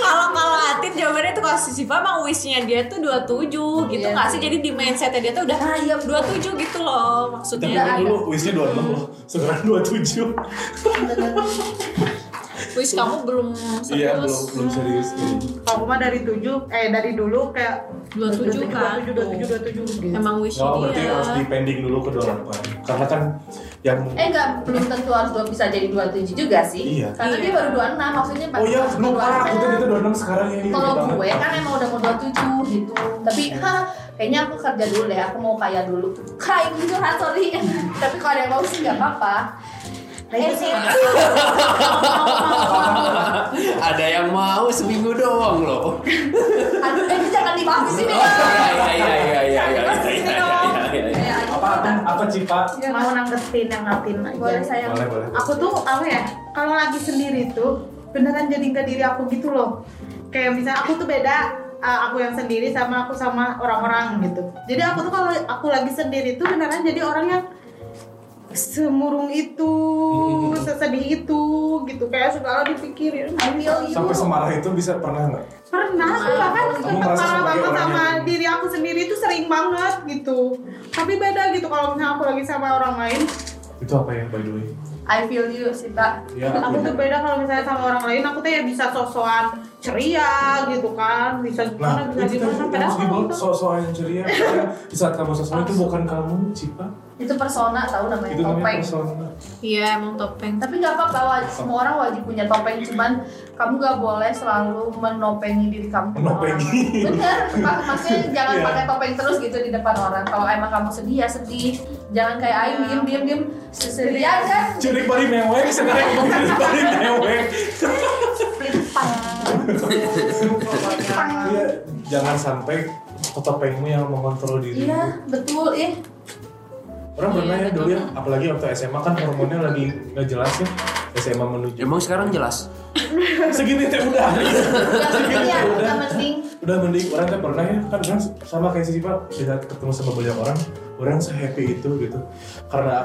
Speaker 6: Kalau kalau Atin jawabannya tuh kalau si Siva emang wishnya dia tuh 27 gitu
Speaker 5: Iya
Speaker 6: nggak
Speaker 5: sih.
Speaker 6: sih? Jadi di mindsetnya dia tuh udah
Speaker 5: Ah, iya, betul.
Speaker 6: 27 gitu loh maksudnya.
Speaker 3: Tapi
Speaker 5: Udah ada.
Speaker 3: dulu wisnya 26 loh. Sekarang 27.
Speaker 6: Wish kamu belum serius.
Speaker 3: Iya, belum belum serius.
Speaker 1: Kalau aku mah dari 7 eh dari dulu kayak
Speaker 6: 27 kan. Iya
Speaker 1: 27 27 27 gitu.
Speaker 6: Emang wish
Speaker 3: Nggak apa Oh, berarti
Speaker 6: dia.
Speaker 3: harus dipending dulu ke
Speaker 1: Iya.
Speaker 3: 28. Karena kan yang
Speaker 5: Eh enggak, belum tentu harus dua bisa jadi 27 juga sih
Speaker 3: Iya.
Speaker 5: Karena
Speaker 6: Iya.
Speaker 5: dia baru 26, maksudnya
Speaker 1: Eh,
Speaker 5: pas
Speaker 3: Oh iya,
Speaker 5: pas
Speaker 3: lupa.
Speaker 5: 26.
Speaker 3: Kita itu 26 sekarang ya. iya,
Speaker 5: Kalau
Speaker 3: iya
Speaker 5: gue
Speaker 3: banget. Iya.
Speaker 5: kan emang udah mau 27 gitu Tapi hah, kayaknya aku kerja dulu deh, aku mau kaya dulu Kaya gitu kan, sorry [laughs] Tapi kalau ada yang mau sih nggak apa-apa
Speaker 3: Nah,
Speaker 5: Eh, sih.
Speaker 4: Ada yang mau seminggu doang loh.
Speaker 5: Aduh, eh jangan dibahas di sini
Speaker 4: Oh,
Speaker 5: ya
Speaker 4: iya iya iya iya iya iya iya, iya, iya, iya, iya.
Speaker 5: Ya,
Speaker 3: Apa apa apa sih, Pak?
Speaker 5: ya,
Speaker 1: Mau nanggetin yang ngatin aja.
Speaker 5: Boleh sayang
Speaker 3: Boleh, boleh.
Speaker 1: aku tuh apa ya kalau lagi sendiri tuh beneran jadi nggak diri aku gitu loh kayak misalnya aku tuh beda uh, aku yang sendiri sama aku sama orang-orang gitu jadi aku tuh kalau aku lagi sendiri tuh beneran jadi orang yang semurung itu sesedih itu gitu kayak segala dipikirin
Speaker 5: I feel you
Speaker 3: Sampai semarah itu bisa pernah nggak?
Speaker 1: pernah aku bahkan
Speaker 3: Kamu merasa
Speaker 1: parah
Speaker 3: sebagai
Speaker 1: banget
Speaker 3: orang
Speaker 1: sama
Speaker 3: yang-
Speaker 1: diri aku sendiri itu sering banget gitu tapi beda gitu kalau misalnya aku lagi sama orang lain
Speaker 3: Itu apa ya by the way?
Speaker 5: I feel you, Sita
Speaker 3: Ya,
Speaker 1: aku tuh beda kalau misalnya sama orang lain aku tuh ya bisa sosokan ceria gitu kan bisa
Speaker 3: Nah,
Speaker 1: gimana bisa
Speaker 3: itu
Speaker 1: gimana
Speaker 3: tadi
Speaker 1: padahal
Speaker 3: harus
Speaker 1: kalau
Speaker 3: dibawa
Speaker 1: itu
Speaker 3: soal-soal yang ceria karena Di saat kamu sesuai itu bukan kamu, Cipa
Speaker 5: Itu persona, tahu namanya
Speaker 3: Itu namanya
Speaker 5: topeng
Speaker 3: persona
Speaker 6: Iya emang topeng.
Speaker 5: tapi nggak apa-apa waj- semua orang wajib punya topeng cuman kamu nggak boleh selalu menopengi diri kamu ke
Speaker 3: Menopengi.
Speaker 5: orang. bener Mak-
Speaker 3: [laughs]
Speaker 5: maksudnya jangan
Speaker 3: Iya.
Speaker 5: pakai topeng terus gitu di depan orang kalau emang kamu sedih ya sedih jangan kayak aing diem diem diem sesedihan kan
Speaker 3: Curi bari mewek, sekarang curi bari mewek Iya, Iya, jangan sampai topengmu yang mengontrol diri
Speaker 5: iya betul ih
Speaker 3: Orang pernah
Speaker 6: Iya,
Speaker 3: ya dulu ya, apalagi waktu SMA kan hormonnya lagi nggak jelas ya. SMA menuju.
Speaker 4: Emang sekarang jelas?
Speaker 3: Segini teh udah.
Speaker 2: Yang penting ya,
Speaker 3: Udah.
Speaker 2: yang penting
Speaker 3: udah mending orang teh pernah ya kan orang sama kayak si Siva di saat ketemu sama banyak orang orang se happy itu gitu karena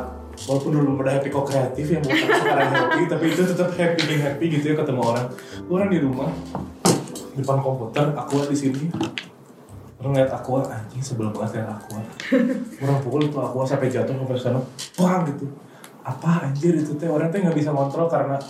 Speaker 3: walaupun dulu pada happy kok kreatif ya bukan sekarang happy tapi itu tetap happy being happy gitu ya ketemu orang orang di rumah depan komputer aku di sini orang lihat aku anjing sebelum banget lihat aku orang pukul tuh aku sampai jatuh sampai sana bang gitu apa anjir itu teh orang teh nggak bisa kontrol karena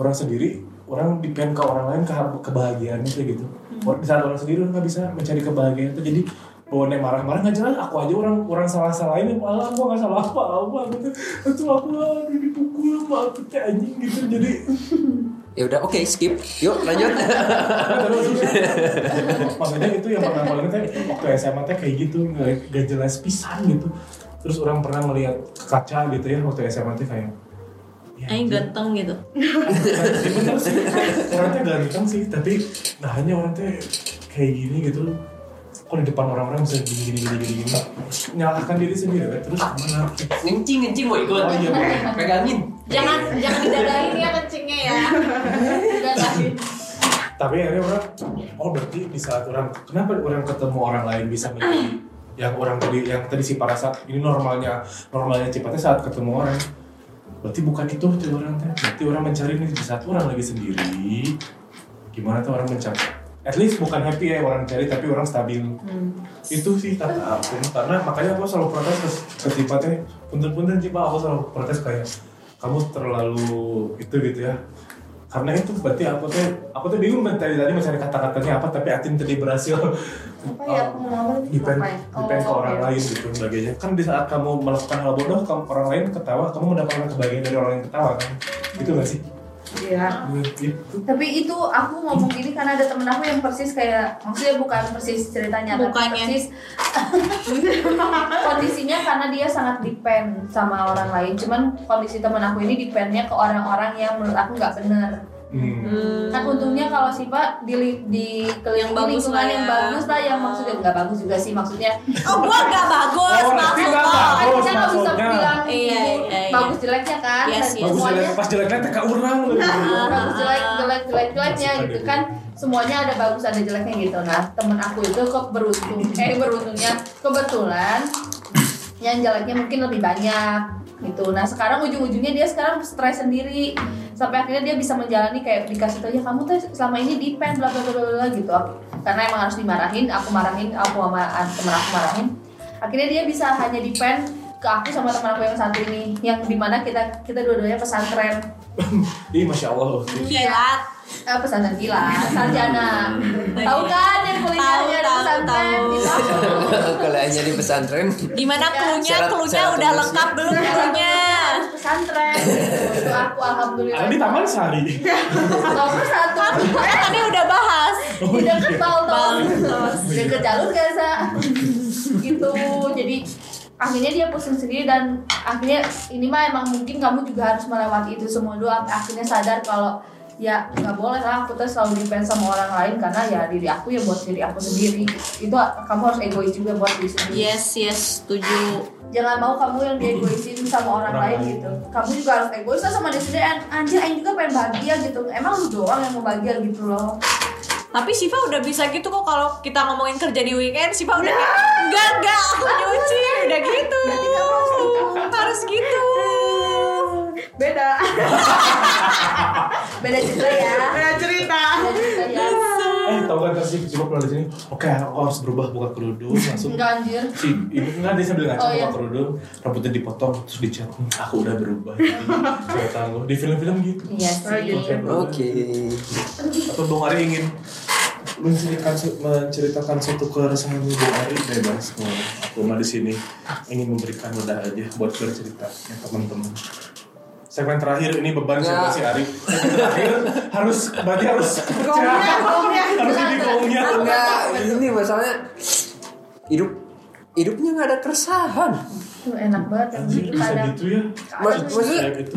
Speaker 3: orang sendiri orang depend ke orang lain ke kebahagiaannya kayak gitu Orang- di saat orang sendiri orang nggak bisa mencari kebahagiaan itu jadi bawaannya marah-marah nggak jelas aku aja orang orang salah salahin malah aku nggak salah apa apa gitu itu aku aduh dipukul apa aku teh anjing gitu jadi
Speaker 4: Ya udah, oke skip. Yuk lanjut.
Speaker 3: terus maksudnya itu yang pernah paling teh waktu SMA teh kayak gitu nggak nggak jelas pisan gitu terus orang pernah melihat ke kaca gitu ya waktu SMA teh kayak ya,
Speaker 6: Aing
Speaker 3: anjing.
Speaker 6: ganteng gitu.
Speaker 3: Ya bener sih, orang teh ganteng sih, tapi nah hanya orang teh kayak gini gitu kok di depan orang-orang bisa gini gini gini gini, gini. nyalahkan diri sendiri we. terus gimana
Speaker 4: Ngencing ngencing mau ikut.
Speaker 3: Oh, iya, boleh.
Speaker 4: Pegangin.
Speaker 6: Jangan jangan didadain ya kencingnya ya. Didadain.
Speaker 3: tapi akhirnya orang oh berarti di saat orang kenapa orang ketemu orang lain bisa menjadi yang orang tadi yang tadi si parasat ini normalnya normalnya cepatnya saat ketemu orang berarti bukan itu tuh orang teh berarti orang mencari nih di saat orang lagi sendiri gimana tuh orang mencari at least bukan happy ya orang cari tapi orang stabil
Speaker 5: Hmm.
Speaker 3: itu sih kata aku karena makanya aku selalu protes ke, ke Cipa teh punten-punten Cipa aku selalu protes kayak kamu terlalu itu gitu ya karena itu berarti aku tuh aku tuh bingung tadi tadi mencari kata-katanya apa tapi Atin tadi berhasil
Speaker 5: Apa ya? Aku mau ngomong tadi
Speaker 3: depend
Speaker 5: apa ya? Oh,
Speaker 3: depend ke orang
Speaker 5: oke.
Speaker 3: lain gitu sebagainya kan di saat kamu melakukan hal bodoh kamu, orang lain ketawa kamu mendapatkan kebahagiaan dari orang yang ketawa kan itu gak sih
Speaker 1: Iya.
Speaker 3: gitu
Speaker 5: Tapi itu aku ngomong gini karena ada temen aku yang persis kayak maksudnya bukan persis ceritanya tapi
Speaker 6: Bukannya.
Speaker 5: persis [laughs] kondisinya karena dia sangat depend sama orang lain. Cuman kondisi temen aku ini dependnya ke orang-orang yang menurut aku nggak bener.
Speaker 3: hmm.
Speaker 5: Kan untungnya kalau Siva di di
Speaker 6: Yang bagus
Speaker 5: lingkungan
Speaker 6: lah
Speaker 5: yang
Speaker 6: ya.
Speaker 5: bagus lah yang maksudnya nggak bagus juga sih maksudnya
Speaker 6: Oh, gua gak bagus, ya,
Speaker 3: Oh, berarti
Speaker 6: maksud
Speaker 3: nggak
Speaker 6: lo.
Speaker 5: kan
Speaker 3: bagus
Speaker 5: kita nggak bisa
Speaker 3: maksudnya.
Speaker 5: bilang
Speaker 6: Iya, iya, iya.
Speaker 5: bagus jeleknya kan Dan
Speaker 6: Yes, yes.
Speaker 3: bagus
Speaker 5: semuanya
Speaker 3: jelek pas jeleknya teka
Speaker 5: [laughs]
Speaker 3: orang gitu.
Speaker 5: Ah, bagus jelek jelek jelek jeleknya
Speaker 3: Suka
Speaker 5: gitu
Speaker 3: deh.
Speaker 5: kan semuanya ada bagus ada jeleknya gitu nah temen aku itu kok beruntung eh beruntungnya kebetulan yang jeleknya mungkin lebih banyak gitu nah sekarang ujung-ujungnya dia sekarang stres sendiri sampai akhirnya dia bisa menjalani kayak dikasih tau aja kamu tuh selama ini depend bla bla bla bla, bla gitu karena emang harus dimarahin aku marahin aku sama ah, temen aku marahin akhirnya dia bisa hanya depend ke aku sama teman aku yang satu ini yang dimana kita kita dua-duanya pesantren
Speaker 3: Ih, masya Allah. Oke.
Speaker 6: Kilat.
Speaker 5: eh, pesantren kilat, sarjana. tahu kan yang kuliahnya di
Speaker 6: Tahu, tahu,
Speaker 5: pesantren
Speaker 6: tahu.
Speaker 5: kita.
Speaker 4: Kuliahnya di pesantren.
Speaker 6: Gimana klunya?
Speaker 4: Syarat-
Speaker 6: Klunya
Speaker 4: syarat
Speaker 6: udah
Speaker 4: tulisnya.
Speaker 6: lengkap belum klunya?
Speaker 5: pesantren gitu. Itu aku alhamdulillah.
Speaker 3: Ada di taman
Speaker 5: [laughs]
Speaker 3: sehari.
Speaker 5: Nomor satu.
Speaker 6: Kan tadi udah bahas.
Speaker 5: Di deket Baltos.
Speaker 6: Baltos.
Speaker 5: Deket jalur Gaza. gitu. Jadi akhirnya dia pusing sendiri dan akhirnya ini mah emang mungkin kamu juga harus melewati itu semua dulu akhirnya sadar kalau ya nggak boleh lah aku tuh selalu depend sama orang lain karena ya diri aku ya buat diri aku sendiri itu kamu harus egois juga buat diri sendiri
Speaker 6: Yes, yes, setuju.
Speaker 5: jangan mau kamu yang diegoisin sama orang
Speaker 3: Orang
Speaker 5: lain
Speaker 3: lain.
Speaker 5: gitu kamu juga harus egois lah sama diri sendiri An- anjir Aing juga pengen bahagia gitu emang lu doang yang mau bahagia gitu loh
Speaker 6: Tapi Siva udah bisa gitu kok kalau kita ngomongin kerja di weekend, Siva udah kayak, enggak enggak aku nyuci udah gitu. Harus gitu.
Speaker 1: Beda.
Speaker 5: beda cerita ya
Speaker 1: [laughs] Beda cerita.
Speaker 5: beda cerita ya
Speaker 3: eh, tau gak sih coba pernah di sini. Oke, aku harus berubah buka kerudung langsung.
Speaker 5: enggak anjir
Speaker 3: Si ibu enggak dia sambil ngaca
Speaker 5: Oh,
Speaker 3: buka
Speaker 5: iya.
Speaker 3: kerudung, rambutnya dipotong terus dicat. "Hmm, Aku udah berubah.
Speaker 5: [laughs]
Speaker 3: Jadi cewek tangguh. Di film-film gitu.
Speaker 5: iya sih
Speaker 1: Oh, gitu.
Speaker 4: Oke.
Speaker 3: Atau Bung Ari ingin menceritakan menceritakan suatu keresahan Bung Ari bebas. Nah, aku mah di sini ingin memberikan wadah aja buat bercerita ya teman-teman. Segmen terakhir ini beban
Speaker 4: Nggak.
Speaker 3: sama si Ari. Segmen terakhir harus berarti harus
Speaker 1: Gongnya, gongnya.
Speaker 3: harus jadi gongnya.
Speaker 4: Enggak, ini masalahnya hidup hidupnya nggak ada keresahan.
Speaker 5: Tuh, enak banget yang
Speaker 3: Anjir
Speaker 5: gitu
Speaker 3: bisa
Speaker 5: kadang
Speaker 3: gitu ya?
Speaker 4: Mas- maksudnya
Speaker 3: Kayak gitu.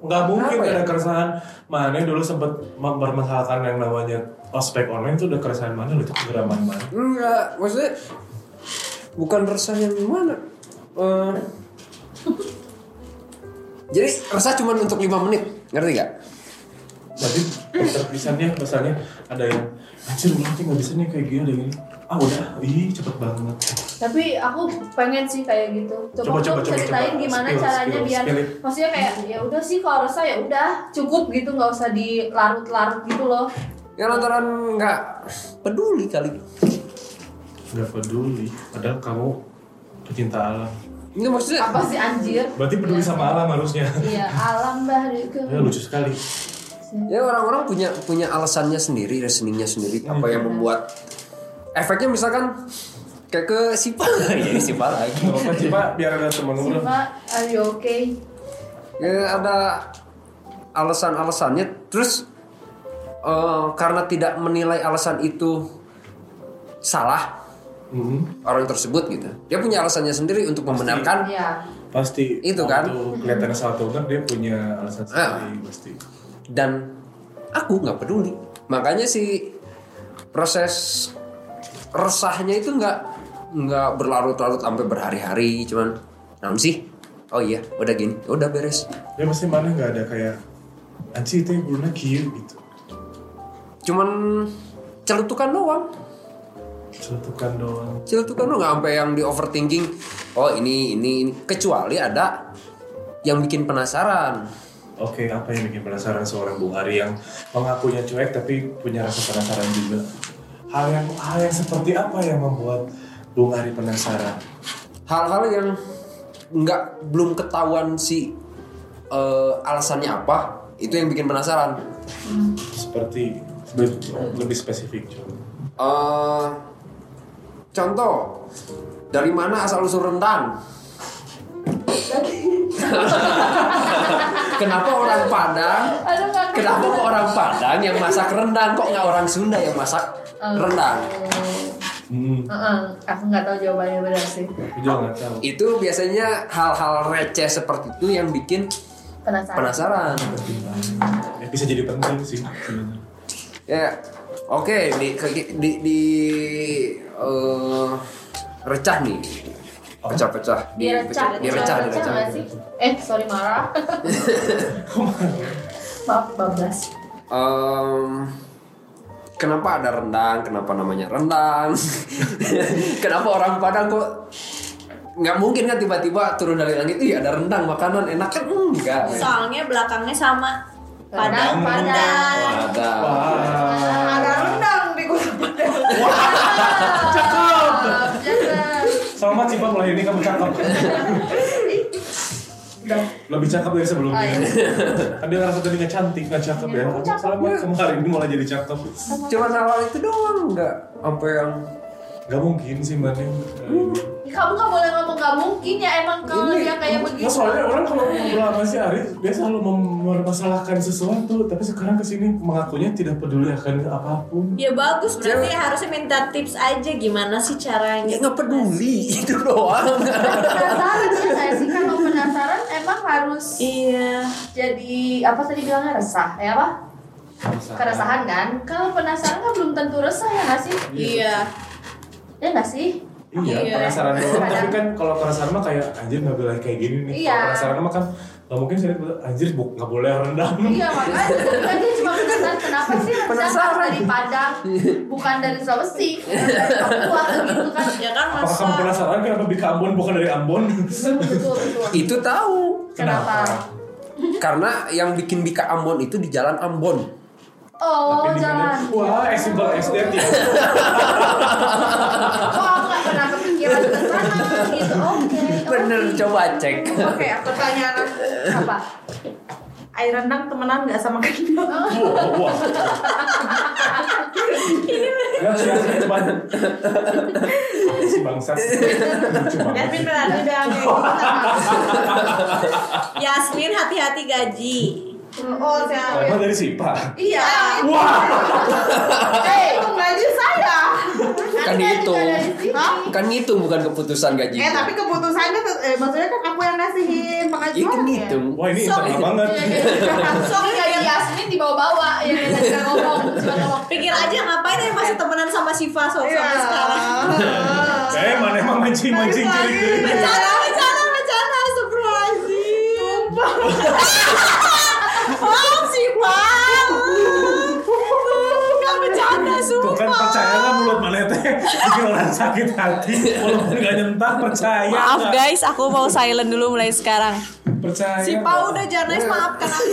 Speaker 3: Nggak mungkin
Speaker 4: Kenapa ya?
Speaker 3: ada keresahan. Mana dulu sempat mempermasalahkan yang namanya ospek online itu udah keresahan mana loh itu kegeraman mana?
Speaker 4: Enggak, maksudnya bukan resah yang gimana? Eh, Jadi resah cuma untuk 5 menit, ngerti gak?
Speaker 3: Jadi terpisannya misalnya ada yang anjir gue nanti nggak bisa nih kayak gini ada gini. Ah udah, ih cepet banget.
Speaker 5: tapi aku pengen sih kayak gitu coba,
Speaker 3: Coba, coba,
Speaker 5: dong
Speaker 3: coba,
Speaker 5: ceritain
Speaker 3: coba.
Speaker 5: gimana
Speaker 3: Spill,
Speaker 5: caranya
Speaker 3: spill,
Speaker 5: biar
Speaker 3: spill it.
Speaker 5: maksudnya kayak ya udah sih kalau resah ya udah cukup gitu nggak usah dilarut-larut gitu loh
Speaker 4: Ya lantaran nggak peduli kali.
Speaker 3: Gak peduli. Padahal kamu pecinta alam.
Speaker 4: Ini maksudnya
Speaker 5: apa sih anjir
Speaker 3: Berarti peduli sama alam harusnya.
Speaker 5: iya alam bariku
Speaker 3: Ya lucu sekali.
Speaker 4: ya orang-orang punya punya alasannya sendiri, reasoningnya sendiri apa yang membuat efeknya misalkan kayak ke Sipa jadi Sipa lagi. [laughs]
Speaker 3: Gak apa-apa Cipa, biar ada temen lu.
Speaker 5: Siva are you okay
Speaker 4: Ya, ada alasan-alasannya terus eh, karena tidak menilai alasan itu salah
Speaker 3: Mhm.
Speaker 4: orang tersebut gitu. Dia punya alasannya sendiri untuk membenarkan
Speaker 5: iya
Speaker 3: Pasti.
Speaker 4: Itu kan.
Speaker 3: Waktu Kelihatan salah atau enggak dia punya alasan
Speaker 4: Ah.
Speaker 3: sendiri pasti.
Speaker 4: dan aku nggak peduli makanya si proses resahnya itu nggak nggak berlarut-larut sampai berhari-hari cuman "Naon sih oh iya udah gini udah beres
Speaker 3: Dia Ya, pasti mana nggak ada kayak anjir itu yang burungnya kiu gitu.
Speaker 4: cuman celutukan doang
Speaker 3: Celutukan kan doang.
Speaker 4: celutukan doang kan nggak sampai yang di overthinking oh ini ini ini kecuali ada yang bikin penasaran
Speaker 3: Oke, apa yang bikin penasaran seorang Bu Ari yang mengakunya cuek tapi punya rasa penasaran juga? Hal yang hal yang seperti apa yang membuat Bung Ari penasaran?
Speaker 4: hal-hal yang nggak belum ketahuan si eh, alasannya apa itu yang bikin penasaran
Speaker 3: Seperti lebih, lebih spesifik coba.
Speaker 4: eh contoh dari mana asal usul rendang? kenapa orang Padang?
Speaker 5: aduh nggak
Speaker 4: Kenapa kok orang Padang yang masak rendang kok nggak orang Sunda yang masak rendang?
Speaker 3: Hmm,
Speaker 5: Heeh, aku nggak tahu jawabannya benar sih
Speaker 3: aku juga nggak tahu.
Speaker 4: Itu biasanya hal-hal receh seperti itu yang bikin
Speaker 5: penasaran
Speaker 4: penasaran.
Speaker 3: Ya, bisa jadi penting sih sebenarnya.
Speaker 4: Ya, oke di di di eh, recah nih, pecah-pecah,
Speaker 5: Direcah,
Speaker 4: Di-
Speaker 5: direcah
Speaker 4: direcah, direcah.
Speaker 5: nggak sih? Eh, sorry marah. Maaf, [laughs] bablas.
Speaker 4: Em, kenapa ada rendang? Kenapa namanya rendang? [laughs] kenapa orang Padang kok nggak mungkin kan tiba-tiba turun dari langit, iya ada rendang makanan enak kan enggak.
Speaker 6: Soalnya belakangnya sama.
Speaker 5: Padang, padang.
Speaker 4: Ada.
Speaker 2: Ada rendang di kota Padang.
Speaker 5: Ah, Maaf, jangan.
Speaker 3: Sama Cipa mulai ini kamu cakep.
Speaker 5: Udah.
Speaker 3: Lebih cakep dari
Speaker 5: Oh,
Speaker 3: sebelumnya.
Speaker 5: iya.
Speaker 3: Kan dia ngerasa tadinya cantik, nggak cakep ya. Selama kemarin ini mulai jadi cakep.
Speaker 4: Cuma hal itu doang nggak apa yang
Speaker 3: Gak mungkin sih mbak Ning.
Speaker 5: Ya, kamu nggak boleh ngomong nggak mungkin ya emang kalau
Speaker 4: Ini-
Speaker 5: dia kayak begitu.
Speaker 3: Nah, soalnya orang kalau ngobrol sama si Ari, dia selalu mempermasalahkan sesuatu, tapi sekarang kesini mengakunya tidak peduli akan apapun.
Speaker 6: Ya bagus berarti harusnya minta tips aja gimana sih caranya.
Speaker 4: ya nggak peduli itu [laughs] doang.
Speaker 5: penasaran ya nggak sih kalau penasaran emang harus
Speaker 6: Iya.
Speaker 5: jadi apa tadi bilangnya resah ya apa
Speaker 3: Nah.
Speaker 5: keresahan kan kalau penasaran kan belum tentu resah ya nggak sih
Speaker 6: Iya.
Speaker 5: ya nggak sih
Speaker 3: Iya,
Speaker 6: Iya.
Speaker 3: penasaran doang.
Speaker 5: Kadang-
Speaker 3: Tapi kan kalau penasaran mah kayak anjir nggak boleh kayak gini nih.
Speaker 5: Iya.
Speaker 3: Kalau penasaran mah kan nggak mungkin saya bilang, anjir bu nggak boleh rendang.
Speaker 5: Iya makanya kan dia cuma penasaran kenapa sih rendang harus
Speaker 4: Penasaran.
Speaker 5: dari Padang bukan dari Sulawesi dari Papua gitu kan
Speaker 6: Ya kan
Speaker 3: Apakah kamu
Speaker 6: masa
Speaker 3: penasaran kenapa di Ambon bukan dari Ambon?
Speaker 5: betul betul
Speaker 4: itu tahu
Speaker 5: kenapa
Speaker 4: karena yang bikin Bika Ambon itu di Jalan Ambon.
Speaker 5: oh
Speaker 3: Tapi di mana-
Speaker 5: jangan
Speaker 3: Wah, eksibel SD ya.
Speaker 5: oh aku nggak pernah
Speaker 1: Iya,
Speaker 5: kepikiran ke sana gitu oke
Speaker 4: Bener
Speaker 5: oke.
Speaker 4: coba cek.
Speaker 1: gitu,
Speaker 2: Oke, pertanyaan aku.
Speaker 5: apa
Speaker 2: Air rendang temenan nggak sama kendang?
Speaker 3: Wah, wah. Ya, sih, asli cuman. Si bangsat. Lucu banget.
Speaker 2: Yasmin berarti udah kayak gitu
Speaker 6: Yasmin hati-hati gaji.
Speaker 2: sama. Oh, saya.
Speaker 3: Emang dari Sipa.
Speaker 2: Iya.
Speaker 3: Wah,
Speaker 2: Eh, itu gaji saya.
Speaker 4: kan dihitung
Speaker 2: Hah?
Speaker 4: kan ngitung bukan keputusan gaji
Speaker 2: Eh,
Speaker 6: Iya.
Speaker 2: tapi keputusannya tuh- eh, maksudnya kan aku yang nasihin
Speaker 4: itu
Speaker 2: pengajuan ya.
Speaker 4: ngitung
Speaker 3: wah ini internal banget.
Speaker 5: Iya, sok kayak Iya, Yasmin dibawa-bawa ya nggak bisa ngomong cuma ngomong
Speaker 6: Pikir
Speaker 3: Iya.
Speaker 6: aja ngapain ya masih temenan sama Siva so
Speaker 2: Iya.
Speaker 6: sampai
Speaker 5: [laughs]
Speaker 6: sekarang.
Speaker 1: [laughs] iya.
Speaker 3: Eh, mana emang mancing mancing
Speaker 2: Nangis
Speaker 3: curi
Speaker 2: lagi.
Speaker 3: curi.
Speaker 6: Bercanda, bercanda, bercanda, sebelum [laughs] Wow sih bang Gak bercanda
Speaker 3: Tuh kan
Speaker 6: sumpah
Speaker 3: percaya nggak mulut mana teh bikin orang sakit hati walaupun nggak nyentak percaya
Speaker 6: Maaf
Speaker 3: nggak?
Speaker 6: guys, aku mau silent dulu mulai sekarang.
Speaker 3: percaya
Speaker 6: Si
Speaker 3: nggak?
Speaker 6: Pau udah Janes maafkan
Speaker 5: [laughs]
Speaker 6: aku.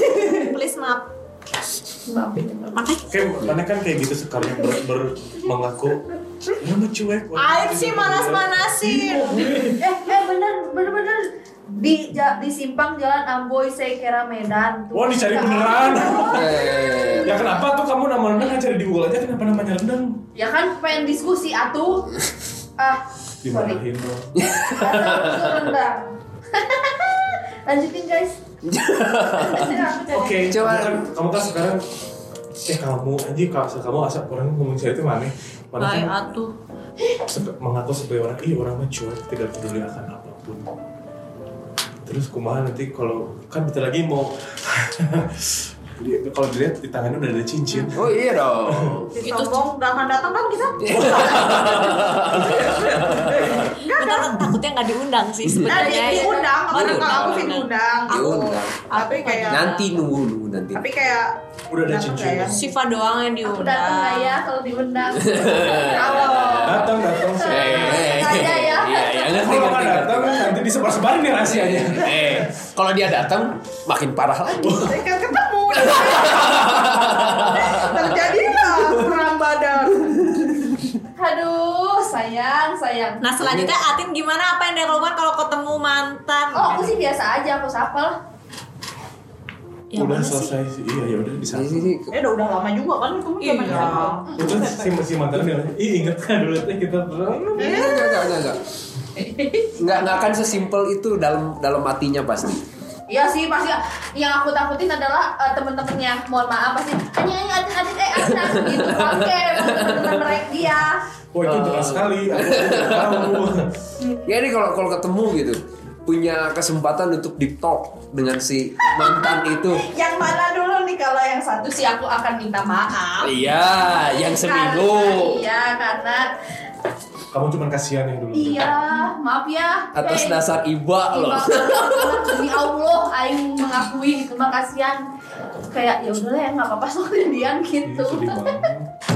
Speaker 6: Please maaf. Makasih.
Speaker 3: kayak mana kan kayak gitu sekarang ber, ber- mengaku ya mah cuek
Speaker 6: Aib sih manas-manasin.
Speaker 5: eh eh bener bener bener di ja- di simpang jalan Amboy Sekera Medan
Speaker 3: wah dicari beneran
Speaker 4: Eh,
Speaker 3: ya kenapa tuh kamu nama rendang nggak cari di Google aja kenapa namanya rendang
Speaker 5: ya kan pengen diskusi atuh ah [laughs] sorry
Speaker 3: dimarahin dong
Speaker 5: Itu rendang [laughs] lanjutin guys
Speaker 3: Oke,
Speaker 4: Coba.
Speaker 3: kamu kan- kamu kan sekarang eh kamu anjing kalau asal kamu asal orang ngomong saya itu mana? Mana
Speaker 6: Baik
Speaker 3: kan
Speaker 6: atuh.
Speaker 3: se- mengaku sebagai orang ih orang mah cuek tidak peduli akan apapun. Terus kumaha nanti kalau kan bentar lagi mau [laughs] Dia- kalau dilihat di tangannya udah ada cincin.
Speaker 4: oh iya dong.
Speaker 1: Si sombong gak akan datang kan
Speaker 6: [laughs]
Speaker 1: kita?
Speaker 5: Iya kan?
Speaker 6: Bentar, takutnya nggak diundang sih
Speaker 1: Nah,
Speaker 6: sebenarnya.
Speaker 1: di,
Speaker 6: ya.
Speaker 1: diundang, kalau
Speaker 4: Diundang,
Speaker 1: kalau aku sih
Speaker 6: diundang.
Speaker 1: diundang. gitu.
Speaker 4: Diundang.
Speaker 1: Tapi kayak
Speaker 4: Nanti nunggu nunggu nanti. [laughs]
Speaker 1: Tapi kayak
Speaker 3: Udah ada
Speaker 1: datang
Speaker 3: cincin.
Speaker 1: nggak ya?
Speaker 6: Siva doang yang
Speaker 5: aku datang nggak ya
Speaker 6: Oh, diundang.
Speaker 5: kalau
Speaker 6: [laughs]
Speaker 5: diundang
Speaker 1: kalau
Speaker 3: Datang datang sih.
Speaker 4: Eh, eh, eh.
Speaker 5: Saya ya.
Speaker 4: Iya, iya,
Speaker 3: Kalau
Speaker 4: ngerti, ngerti,
Speaker 3: nggak iya. datang
Speaker 4: ngerti.
Speaker 3: nanti disebar-sebarin nih rahasianya.
Speaker 4: Eh, kalau dia datang makin parah lagi.
Speaker 1: saya kan ketemu terjadi lah perang badan
Speaker 5: aduh sayang sayang
Speaker 6: Nah selanjutnya
Speaker 3: Iya.
Speaker 6: Atin gimana apa yang dilakukan kalau ketemu mantan?
Speaker 5: oh aku sih biasa aja aku sapa lah
Speaker 6: Ya,
Speaker 3: udah
Speaker 6: mana sih?
Speaker 3: selesai sih. Iya ya udah bisa.
Speaker 4: Ini sih
Speaker 1: ya udah, udah lama juga kan kamu
Speaker 6: Iya.
Speaker 1: zaman dulu.
Speaker 3: Itu si si mantan dia, ih inget kan dulu teh kita "Oh, pernah
Speaker 4: Enggak, enggak, enggak, enggak, enggak. Enggak, enggak akan sesimpel itu dalam dalam hatinya pasti.
Speaker 5: Iya sih pasti yang aku takutin adalah eh, temen-temennya mohon maaf pasti hanya hanya atin atin eh atin atin gitu oke temen-temen mereka dia
Speaker 3: Wah itu deras sekali, aku tidak tahu.
Speaker 4: Ya ini kalau kalau ketemu gitu punya kesempatan untuk deep talk dengan si mantan itu.
Speaker 5: Eh,
Speaker 2: Yang mana dulu nih kalau yang satu sih aku akan minta maaf.
Speaker 4: Iya,
Speaker 5: Karena-
Speaker 4: yang seminggu
Speaker 5: iya karena
Speaker 3: Kamu cuma kasihan yang dulu.
Speaker 5: iya maaf ya Eh,
Speaker 4: atas dasar iba loh.
Speaker 5: demi Allah aing mengakui kemakasian kayak ya udahlah ya nggak apa-apa soal jadian
Speaker 3: Iya,
Speaker 5: gitu
Speaker 3: sedih banget.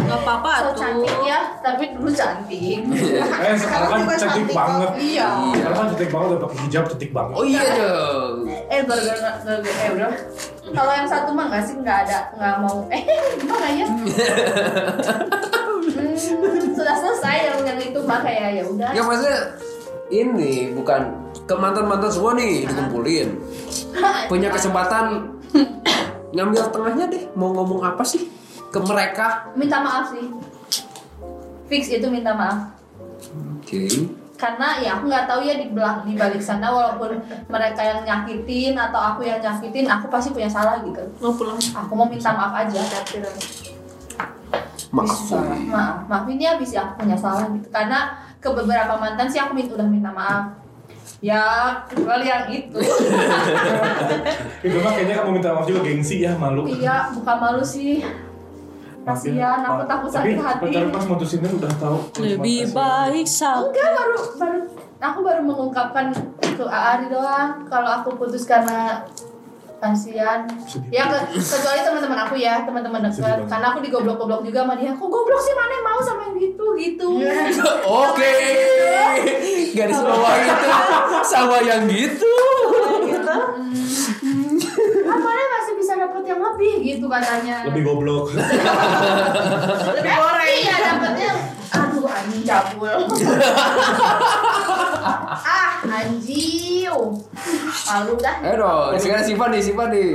Speaker 6: Nggak apa-apa
Speaker 5: so
Speaker 6: tuh.
Speaker 5: cantik ya tapi dulu cantik
Speaker 3: Eh sekarang kan
Speaker 1: juga
Speaker 3: cantik
Speaker 1: cantik
Speaker 3: banget.
Speaker 5: iya
Speaker 3: Sekarang kan cantik banget udah pakai hijab cantik banget.
Speaker 4: [laughs] Oh iya dong.
Speaker 5: eh gara-gara gara-gara eh udah kalau yang satu mah nggak sih nggak ada nggak mau eh gimana
Speaker 4: [laughs]
Speaker 5: ya Hmm, sudah selesai yang yang itu mah kayak ya udah
Speaker 4: Ya maksudnya ini bukan ke mantan-mantan semua nih dikumpulin. Punya kesempatan ngambil tengahnya deh. Mau ngomong apa sih ke mereka?
Speaker 5: minta maaf sih fix itu minta maaf
Speaker 4: Oke.
Speaker 5: karena ya aku nggak tahu ya di belak di balik sana walaupun mereka yang nyakitin atau aku yang nyakitin aku pasti punya salah gitu
Speaker 6: Mau pulang.
Speaker 5: aku mau minta maaf aja
Speaker 4: Maaf.
Speaker 5: Salah. maaf maafin ya bisa aku punya salah gitu karena ke beberapa mantan sih aku min- udah minta maaf ya kecuali yang itu
Speaker 3: Itu mah Ya, kayaknya kamu minta maaf juga gengsi ya malu.
Speaker 5: iya bukan malu sih kasihan aku takut sakit
Speaker 3: Tapi,
Speaker 5: hati
Speaker 3: Tapi pas mutusinnya udah tahu.
Speaker 6: Lebih
Speaker 3: Kasihan.
Speaker 6: baik sak.
Speaker 5: enggak baru baru aku baru mengungkapkan ke Aari doang kalau aku putus karena kasihan
Speaker 3: Sedih.
Speaker 5: ya ke- kecuali teman-teman aku ya teman-teman
Speaker 3: Sedih
Speaker 5: dekat
Speaker 3: banget.
Speaker 5: karena aku digoblok-goblok juga sama dia kok goblok sih mana yang mau sama yang gitu gitu
Speaker 3: Iya.
Speaker 4: Oke. Garis bawah itu sama yang gitu.
Speaker 5: kan mana masih bisa dapet yang lebih gitu katanya
Speaker 3: Lebih goblok.
Speaker 5: lebih goreng iya dapetnya aduh anjing
Speaker 3: [laughs]
Speaker 5: cabul ah anjing malu dah
Speaker 4: Ayo dong, sekarang simpan nih, simpan nih.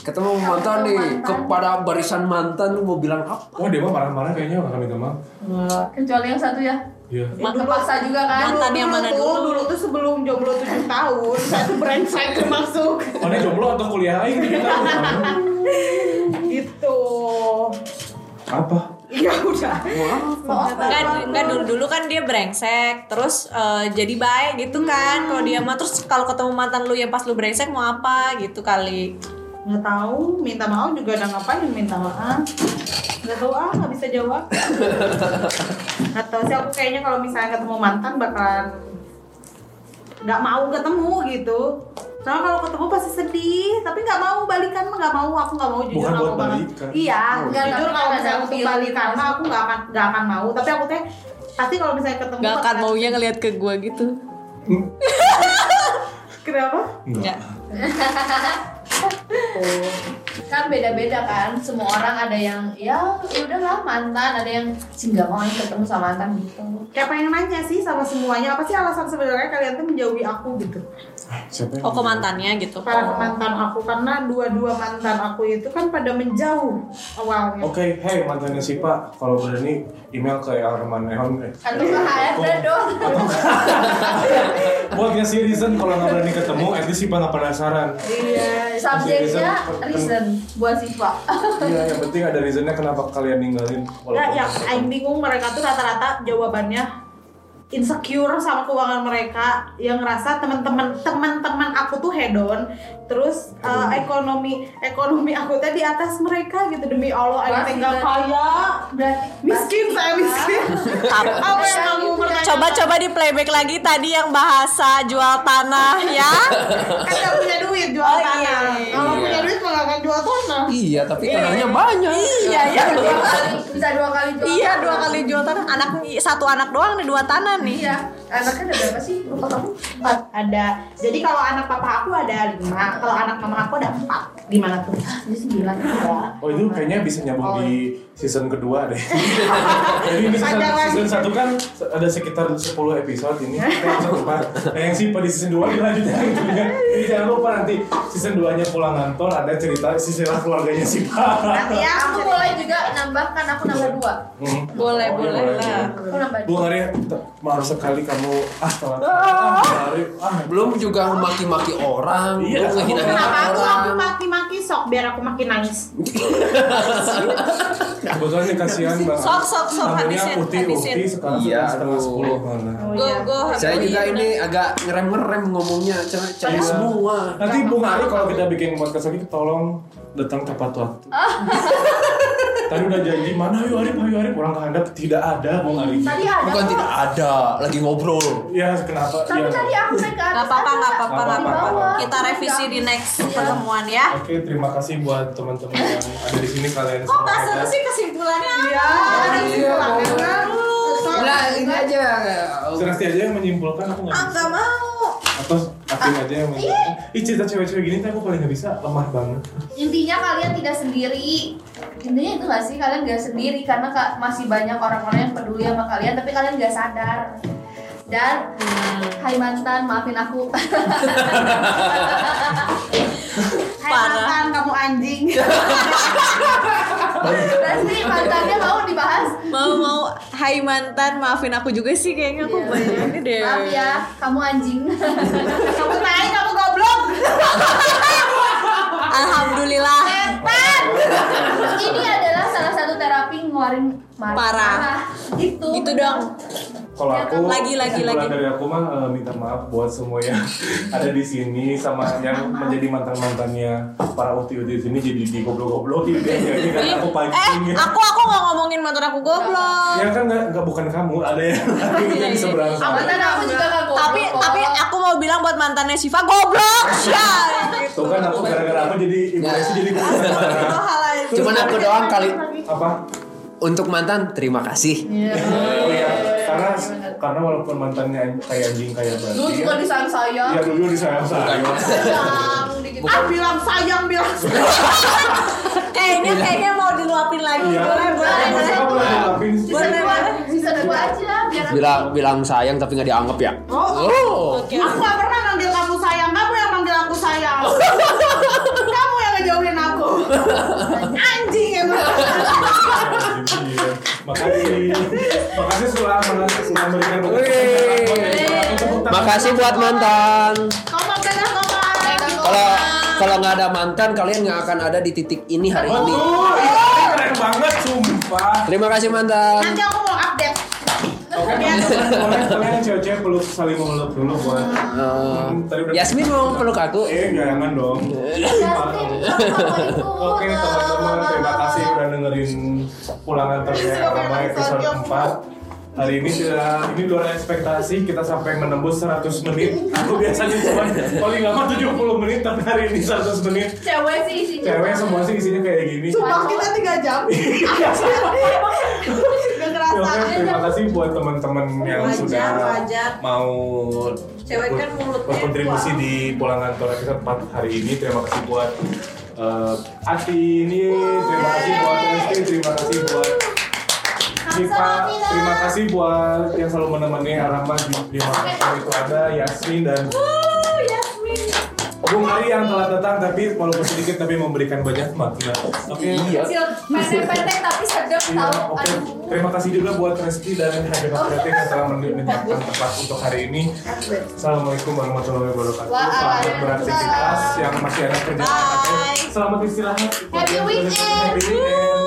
Speaker 4: Ketemu mantan nih, kepada barisan mantan lu mau bilang apa?
Speaker 3: Wah Oh, dia mah marah-marah kayaknya bakal minta maaf.
Speaker 5: kecuali yang satu ya
Speaker 3: Iya.
Speaker 5: kepaksa juga kan
Speaker 6: Mantan yang mana
Speaker 1: tuh,
Speaker 6: dulu?
Speaker 1: dulu tuh sebelum jomblo 7 tahun satu brand saya tuh masuk
Speaker 3: Oh ini jomblo atau kuliah aing nih kita.
Speaker 1: [laughs] gitu
Speaker 3: Apa?
Speaker 1: ya udah
Speaker 6: Kan, kan dulu dulu kan dia brengsek, terus eh, jadi baik gitu kan. Kalau dia mah terus kalau ketemu mantan lu yang pas lu brengsek mau apa gitu kali.
Speaker 1: nggak tahu minta maaf juga udah ngapain minta maaf nggak tahu ah nggak bisa jawab nggak tahu sih aku kayaknya kalau misalnya ketemu mantan bakalan nggak mau ketemu gitu Soalnya kalau ketemu pasti sedih, tapi nggak mau balikan mah nggak mau, aku nggak mau jujur
Speaker 3: Bukan
Speaker 1: aku
Speaker 3: buat
Speaker 1: banget.
Speaker 3: balikan.
Speaker 1: Iya,
Speaker 3: Oh.
Speaker 5: Nggak,
Speaker 1: jujur
Speaker 5: tapi
Speaker 1: kalau
Speaker 5: ada
Speaker 1: misalnya untuk
Speaker 5: feeling
Speaker 1: balikan
Speaker 5: gitu.
Speaker 1: mah aku nggak akan nggak akan mau, tapi aku teh pasti kalau misalnya ketemu
Speaker 6: Gak akan
Speaker 1: pasti-
Speaker 6: maunya ngeliat ke gue gitu
Speaker 1: Kenapa?
Speaker 6: Enggak.
Speaker 5: kan beda-beda kan semua orang ada yang ya ya udahlah mantan ada yang sih nggak mau anjing ketemu sama mantan gitu
Speaker 1: Kayak pengen nanya sih sama semuanya, apa sih alasan sebenarnya kalian tuh menjauhi aku gitu?
Speaker 3: Siapa yang
Speaker 6: Oh ke mantannya gitu
Speaker 1: Para mantan aku karena dua-dua mantan aku itu kan pada menjauh awalnya.
Speaker 3: Oke, hey mantannya si Pak, kalau berani email ke Arman Ehon eh.
Speaker 5: kan lu ada dong
Speaker 3: Buat ngasih reason kalau nggak berani ketemu, at least si Pak nggak penasaran.
Speaker 1: Iya.
Speaker 5: subjeknya reason buat Ah, Siva
Speaker 3: Iya, yang penting ada reasonnya kenapa kalian ninggalin.
Speaker 1: Nggak, yang
Speaker 3: walaupun-
Speaker 1: aing Ya, bingung mereka tuh rata-rata jawabannya insecure sama keuangan mereka yang ngerasa teman-teman teman-teman aku tuh hedon terus uh, ekonomi ekonomi aku tadi atas mereka gitu demi Allah aing teh
Speaker 6: kan?
Speaker 1: nggak kaya
Speaker 5: berarti
Speaker 1: miskin saya miskin apa yang kamu pernah
Speaker 6: Coba-coba di playback lagi tadi yang bahasa jual tanah ya
Speaker 1: kan nggak punya duit jual
Speaker 6: Oh, iya,
Speaker 1: tanah
Speaker 6: iya.
Speaker 1: kalau
Speaker 4: Iya.
Speaker 1: punya duit malah akan jual tanah
Speaker 4: Iya, tapi tanahnya banyak. Iya, ya.
Speaker 5: dua kali bisa dua kali jual
Speaker 6: [laughs] Iya dua kali jual tanah anak Satu anak doang nih dua tanah nih
Speaker 5: iya anaknya ada berapa sih lupa kamu empat
Speaker 1: ada jadi kalau anak papa aku ada lima kalau anak mama aku ada empat gimana tuh
Speaker 5: jadi sembilan
Speaker 3: Oh itu kayaknya bisa nyambung di season kedua deh. Jadi ini season,
Speaker 1: Panjang lagi.
Speaker 3: season satu kan ada sekitar 10 episode ini. Kita yang lupa. Nah yang sih di season 2 dilanjut yang itu ya. Jadi jangan lupa nanti season 2 nya pulang kantor ada cerita sisilah keluarganya si Pak.
Speaker 1: nanti ya
Speaker 5: Iya, aku boleh juga nambahkan aku nambah dua
Speaker 3: Hmm.
Speaker 6: Boleh,
Speaker 3: Oh, iya,
Speaker 6: boleh lah.
Speaker 5: aku nambah
Speaker 3: Bu
Speaker 5: dua
Speaker 3: Maria, harus sekali kamu ah telat. Ah, Mari, ah,
Speaker 4: Belum juga maki-maki orang,
Speaker 3: Iya.
Speaker 4: belum ngehina-hina
Speaker 1: Kenapa aku aku
Speaker 4: orang.
Speaker 1: maki-maki sok biar aku makin nangis.
Speaker 3: kebetulan nih kasihan banget.
Speaker 6: Sok, sok, sok,
Speaker 3: Tamunya
Speaker 6: habisin,
Speaker 3: Uti,
Speaker 6: habisin.
Speaker 3: Uti sekarang
Speaker 4: Iya,
Speaker 3: setengah
Speaker 4: aduh.
Speaker 3: sepuluh mana.
Speaker 1: Oh,
Speaker 6: Go
Speaker 1: iya.
Speaker 6: go
Speaker 4: Saya juga ini agak ngerem-ngerem ngomongnya, cewek cewek semua.
Speaker 3: Nanti Bung Ari kalau kita bikin podcast lagi tolong datang tepat waktu. [laughs] Tadi udah janji mana yuk Arif, ayo Arif orang kehandap tidak ada Bung Ari.
Speaker 5: tadi ada
Speaker 4: Bukan
Speaker 5: kok.
Speaker 4: tidak ada, lagi ngobrol.
Speaker 3: Ya kenapa?
Speaker 5: tapi
Speaker 3: Ya.
Speaker 5: tadi aku naik ke atas
Speaker 6: Gak apa-apa
Speaker 5: ada.
Speaker 6: gak apa-apa
Speaker 3: Nggak
Speaker 6: nggak
Speaker 3: apa-apa.
Speaker 6: apa-apa Kita revisi di next pertemuan ya
Speaker 3: Oke, terima kasih buat teman-teman yang ada di sini kalian
Speaker 6: Kok
Speaker 3: semua.
Speaker 6: gak seru
Speaker 3: ada.
Speaker 6: sih kesimpulannya
Speaker 1: Iya, ada di
Speaker 4: Iya,
Speaker 1: pulang
Speaker 4: boleh.
Speaker 1: kan? Sok.
Speaker 6: iya,
Speaker 4: Nah, ini
Speaker 5: iya.
Speaker 4: aja.
Speaker 3: Serasti aja yang menyimpulkan aku nggak
Speaker 6: Ah
Speaker 3: bisa.
Speaker 6: gak mau
Speaker 3: Atau Akim aja yang menyimpulkan. Ih, cerita cewek-cewek gini tuh aku paling nggak bisa, lemah banget.
Speaker 5: intinya kalian tidak sendiri intinya itu gak sih kalian gak sendiri karena ka- masih banyak orang-orang yang peduli sama kalian tapi kalian gak sadar dan
Speaker 6: Hmm.
Speaker 5: Hai mantan maafin
Speaker 6: [laughs]
Speaker 5: aku
Speaker 1: Hai
Speaker 6: Parah.
Speaker 1: mantan, kamu anjing.
Speaker 4: Iya.
Speaker 5: nanti mantannya mau dibahas
Speaker 6: Mau mau Hai mantan maafin aku juga sih kayaknya aku banyak ini deh
Speaker 5: Iya. maaf ya kamu anjing [laughs]
Speaker 1: kamu naik, kamu goblok.
Speaker 6: Alhamdulillah
Speaker 5: Eh, ini adalah salah satu terapi ngeluarin marah,
Speaker 6: Parah.
Speaker 5: gitu
Speaker 6: Gitu dong
Speaker 3: Kalau
Speaker 5: Ya,
Speaker 3: aku
Speaker 6: Iya, lagi, lagi,
Speaker 3: kesimpulan
Speaker 6: lagi.
Speaker 3: dari aku mah eh, minta maaf buat semua yang [laughs] ada di sini sama yang menjadi mantan mantannya para uti uti di sini jadi digoblok-goblokin kayaknya ini karena aku pancing
Speaker 6: Eh
Speaker 3: ya.
Speaker 6: aku aku gak ngomongin mantan aku goblok
Speaker 3: Ya kan nggak nggak bukan kamu ada
Speaker 6: [laughs]
Speaker 3: yang
Speaker 6: Iya,
Speaker 3: lain yang di seberang sana.
Speaker 6: kan-
Speaker 5: mantan aku juga gak goblok
Speaker 6: tapi
Speaker 5: kok.
Speaker 6: tapi aku mau bilang buat mantannya Siva goblok ya gitu.
Speaker 3: Tuh kan aku gara-gara aku jadi ibu
Speaker 6: Ya.
Speaker 3: Esi jadi
Speaker 6: [laughs]
Speaker 3: keputusan marah.
Speaker 6: Itu hal lain.
Speaker 4: Cuman aku doang kali
Speaker 3: apa?
Speaker 4: untuk mantan terima kasih.
Speaker 3: Oh iya, karena iya. karena walaupun mantannya kayak anjing kayak babi.
Speaker 5: lu juga disayang sayang
Speaker 3: Ya dulu disayang sayang.
Speaker 1: Ah, bilang sayang, bilang sayang.
Speaker 6: kayaknya kayaknya mau diluapin lagi
Speaker 3: Iya.
Speaker 6: boleh boleh
Speaker 3: Yang
Speaker 6: boleh
Speaker 3: pertama boleh dilakuin.
Speaker 5: bisa
Speaker 6: Boleh,
Speaker 5: dua
Speaker 6: boleh.
Speaker 5: bisa dua aja biar
Speaker 4: Bilang bilang sayang tapi nggak dianggap ya.
Speaker 1: Oh,
Speaker 4: Oh.
Speaker 6: oke
Speaker 1: aku gak pernah manggil kamu sayang, kamu yang manggil aku sayang.
Speaker 4: Oh.
Speaker 1: kamu yang ngejauhin
Speaker 4: [laughs]
Speaker 1: aku. Anjing emang.
Speaker 3: Iya. Makasih. Makasih sudah sudah memberikan
Speaker 4: Makasih buat mantan.
Speaker 1: Kompak dengan kompak.
Speaker 4: Kalau kalau nggak ada mantan kalian nggak akan ada di titik ini hari ini.
Speaker 3: Betul. Ini keren banget sumpah.
Speaker 4: Terima kasih mantan.
Speaker 1: Nanti aku mau update.
Speaker 3: Oke,
Speaker 1: Biar-
Speaker 3: boleh kalian cewek-cewek peluk saling meluk dulu buat.
Speaker 4: Eh,
Speaker 3: Hmm, tadi udah-
Speaker 4: Yasmin mau peluk aku.
Speaker 3: Eh, jangan dong.
Speaker 5: Justin, Assalamualaikum.
Speaker 3: Oke teman-teman, terima kasih udah dengerin pulang antar
Speaker 1: Sudah
Speaker 3: ya
Speaker 1: pengen
Speaker 3: episode
Speaker 1: episode
Speaker 3: 4 Hari ini sudah ini luar ekspektasi kita sampai menembus 100 menit. Aku biasanya cuma paling lama 70 menit tapi hari ini 100 menit.
Speaker 5: Cewek sih isinya.
Speaker 3: Cewek semua sih isinya kayak gini.
Speaker 1: Sumpah kita tiga jam. Gak
Speaker 3: Ya,
Speaker 1: kerasa.
Speaker 3: oke, terima kasih buat teman-teman yang
Speaker 2: Wajar,
Speaker 3: sudah
Speaker 2: wajar.
Speaker 3: mau
Speaker 2: Cewek kan
Speaker 3: ber-
Speaker 2: mulutnya
Speaker 3: berkontribusi
Speaker 2: kuat.
Speaker 3: di pulang kantor episode 4 hari ini. Terima kasih buat eh, Ati ini, terima kasih buat Resti, terima kasih buat Siva, terima kasih buat yang selalu menemani Arama di, di mana pun itu ada Yasmin dan
Speaker 5: Oh,
Speaker 3: Bung Ali yang telah datang tapi walaupun sedikit tapi memberikan banyak makna. Oke.
Speaker 4: Iya.
Speaker 5: Kecil, pendek-pendek tapi sedap
Speaker 3: Iya,
Speaker 5: tau.
Speaker 3: oke.
Speaker 5: Aduh.
Speaker 3: Terima kasih juga buat Resti dan Habib Habibatik yang telah men- menyediakan tempat untuk hari ini. Assalamualaikum warahmatullahi wabarakatuh. Selamat
Speaker 5: Waalaikumsalam.
Speaker 3: beraktivitas yang masih ada kerjaan.
Speaker 2: Bye.
Speaker 3: Selamat istirahat.
Speaker 5: Happy weekend.
Speaker 3: Happy weekend.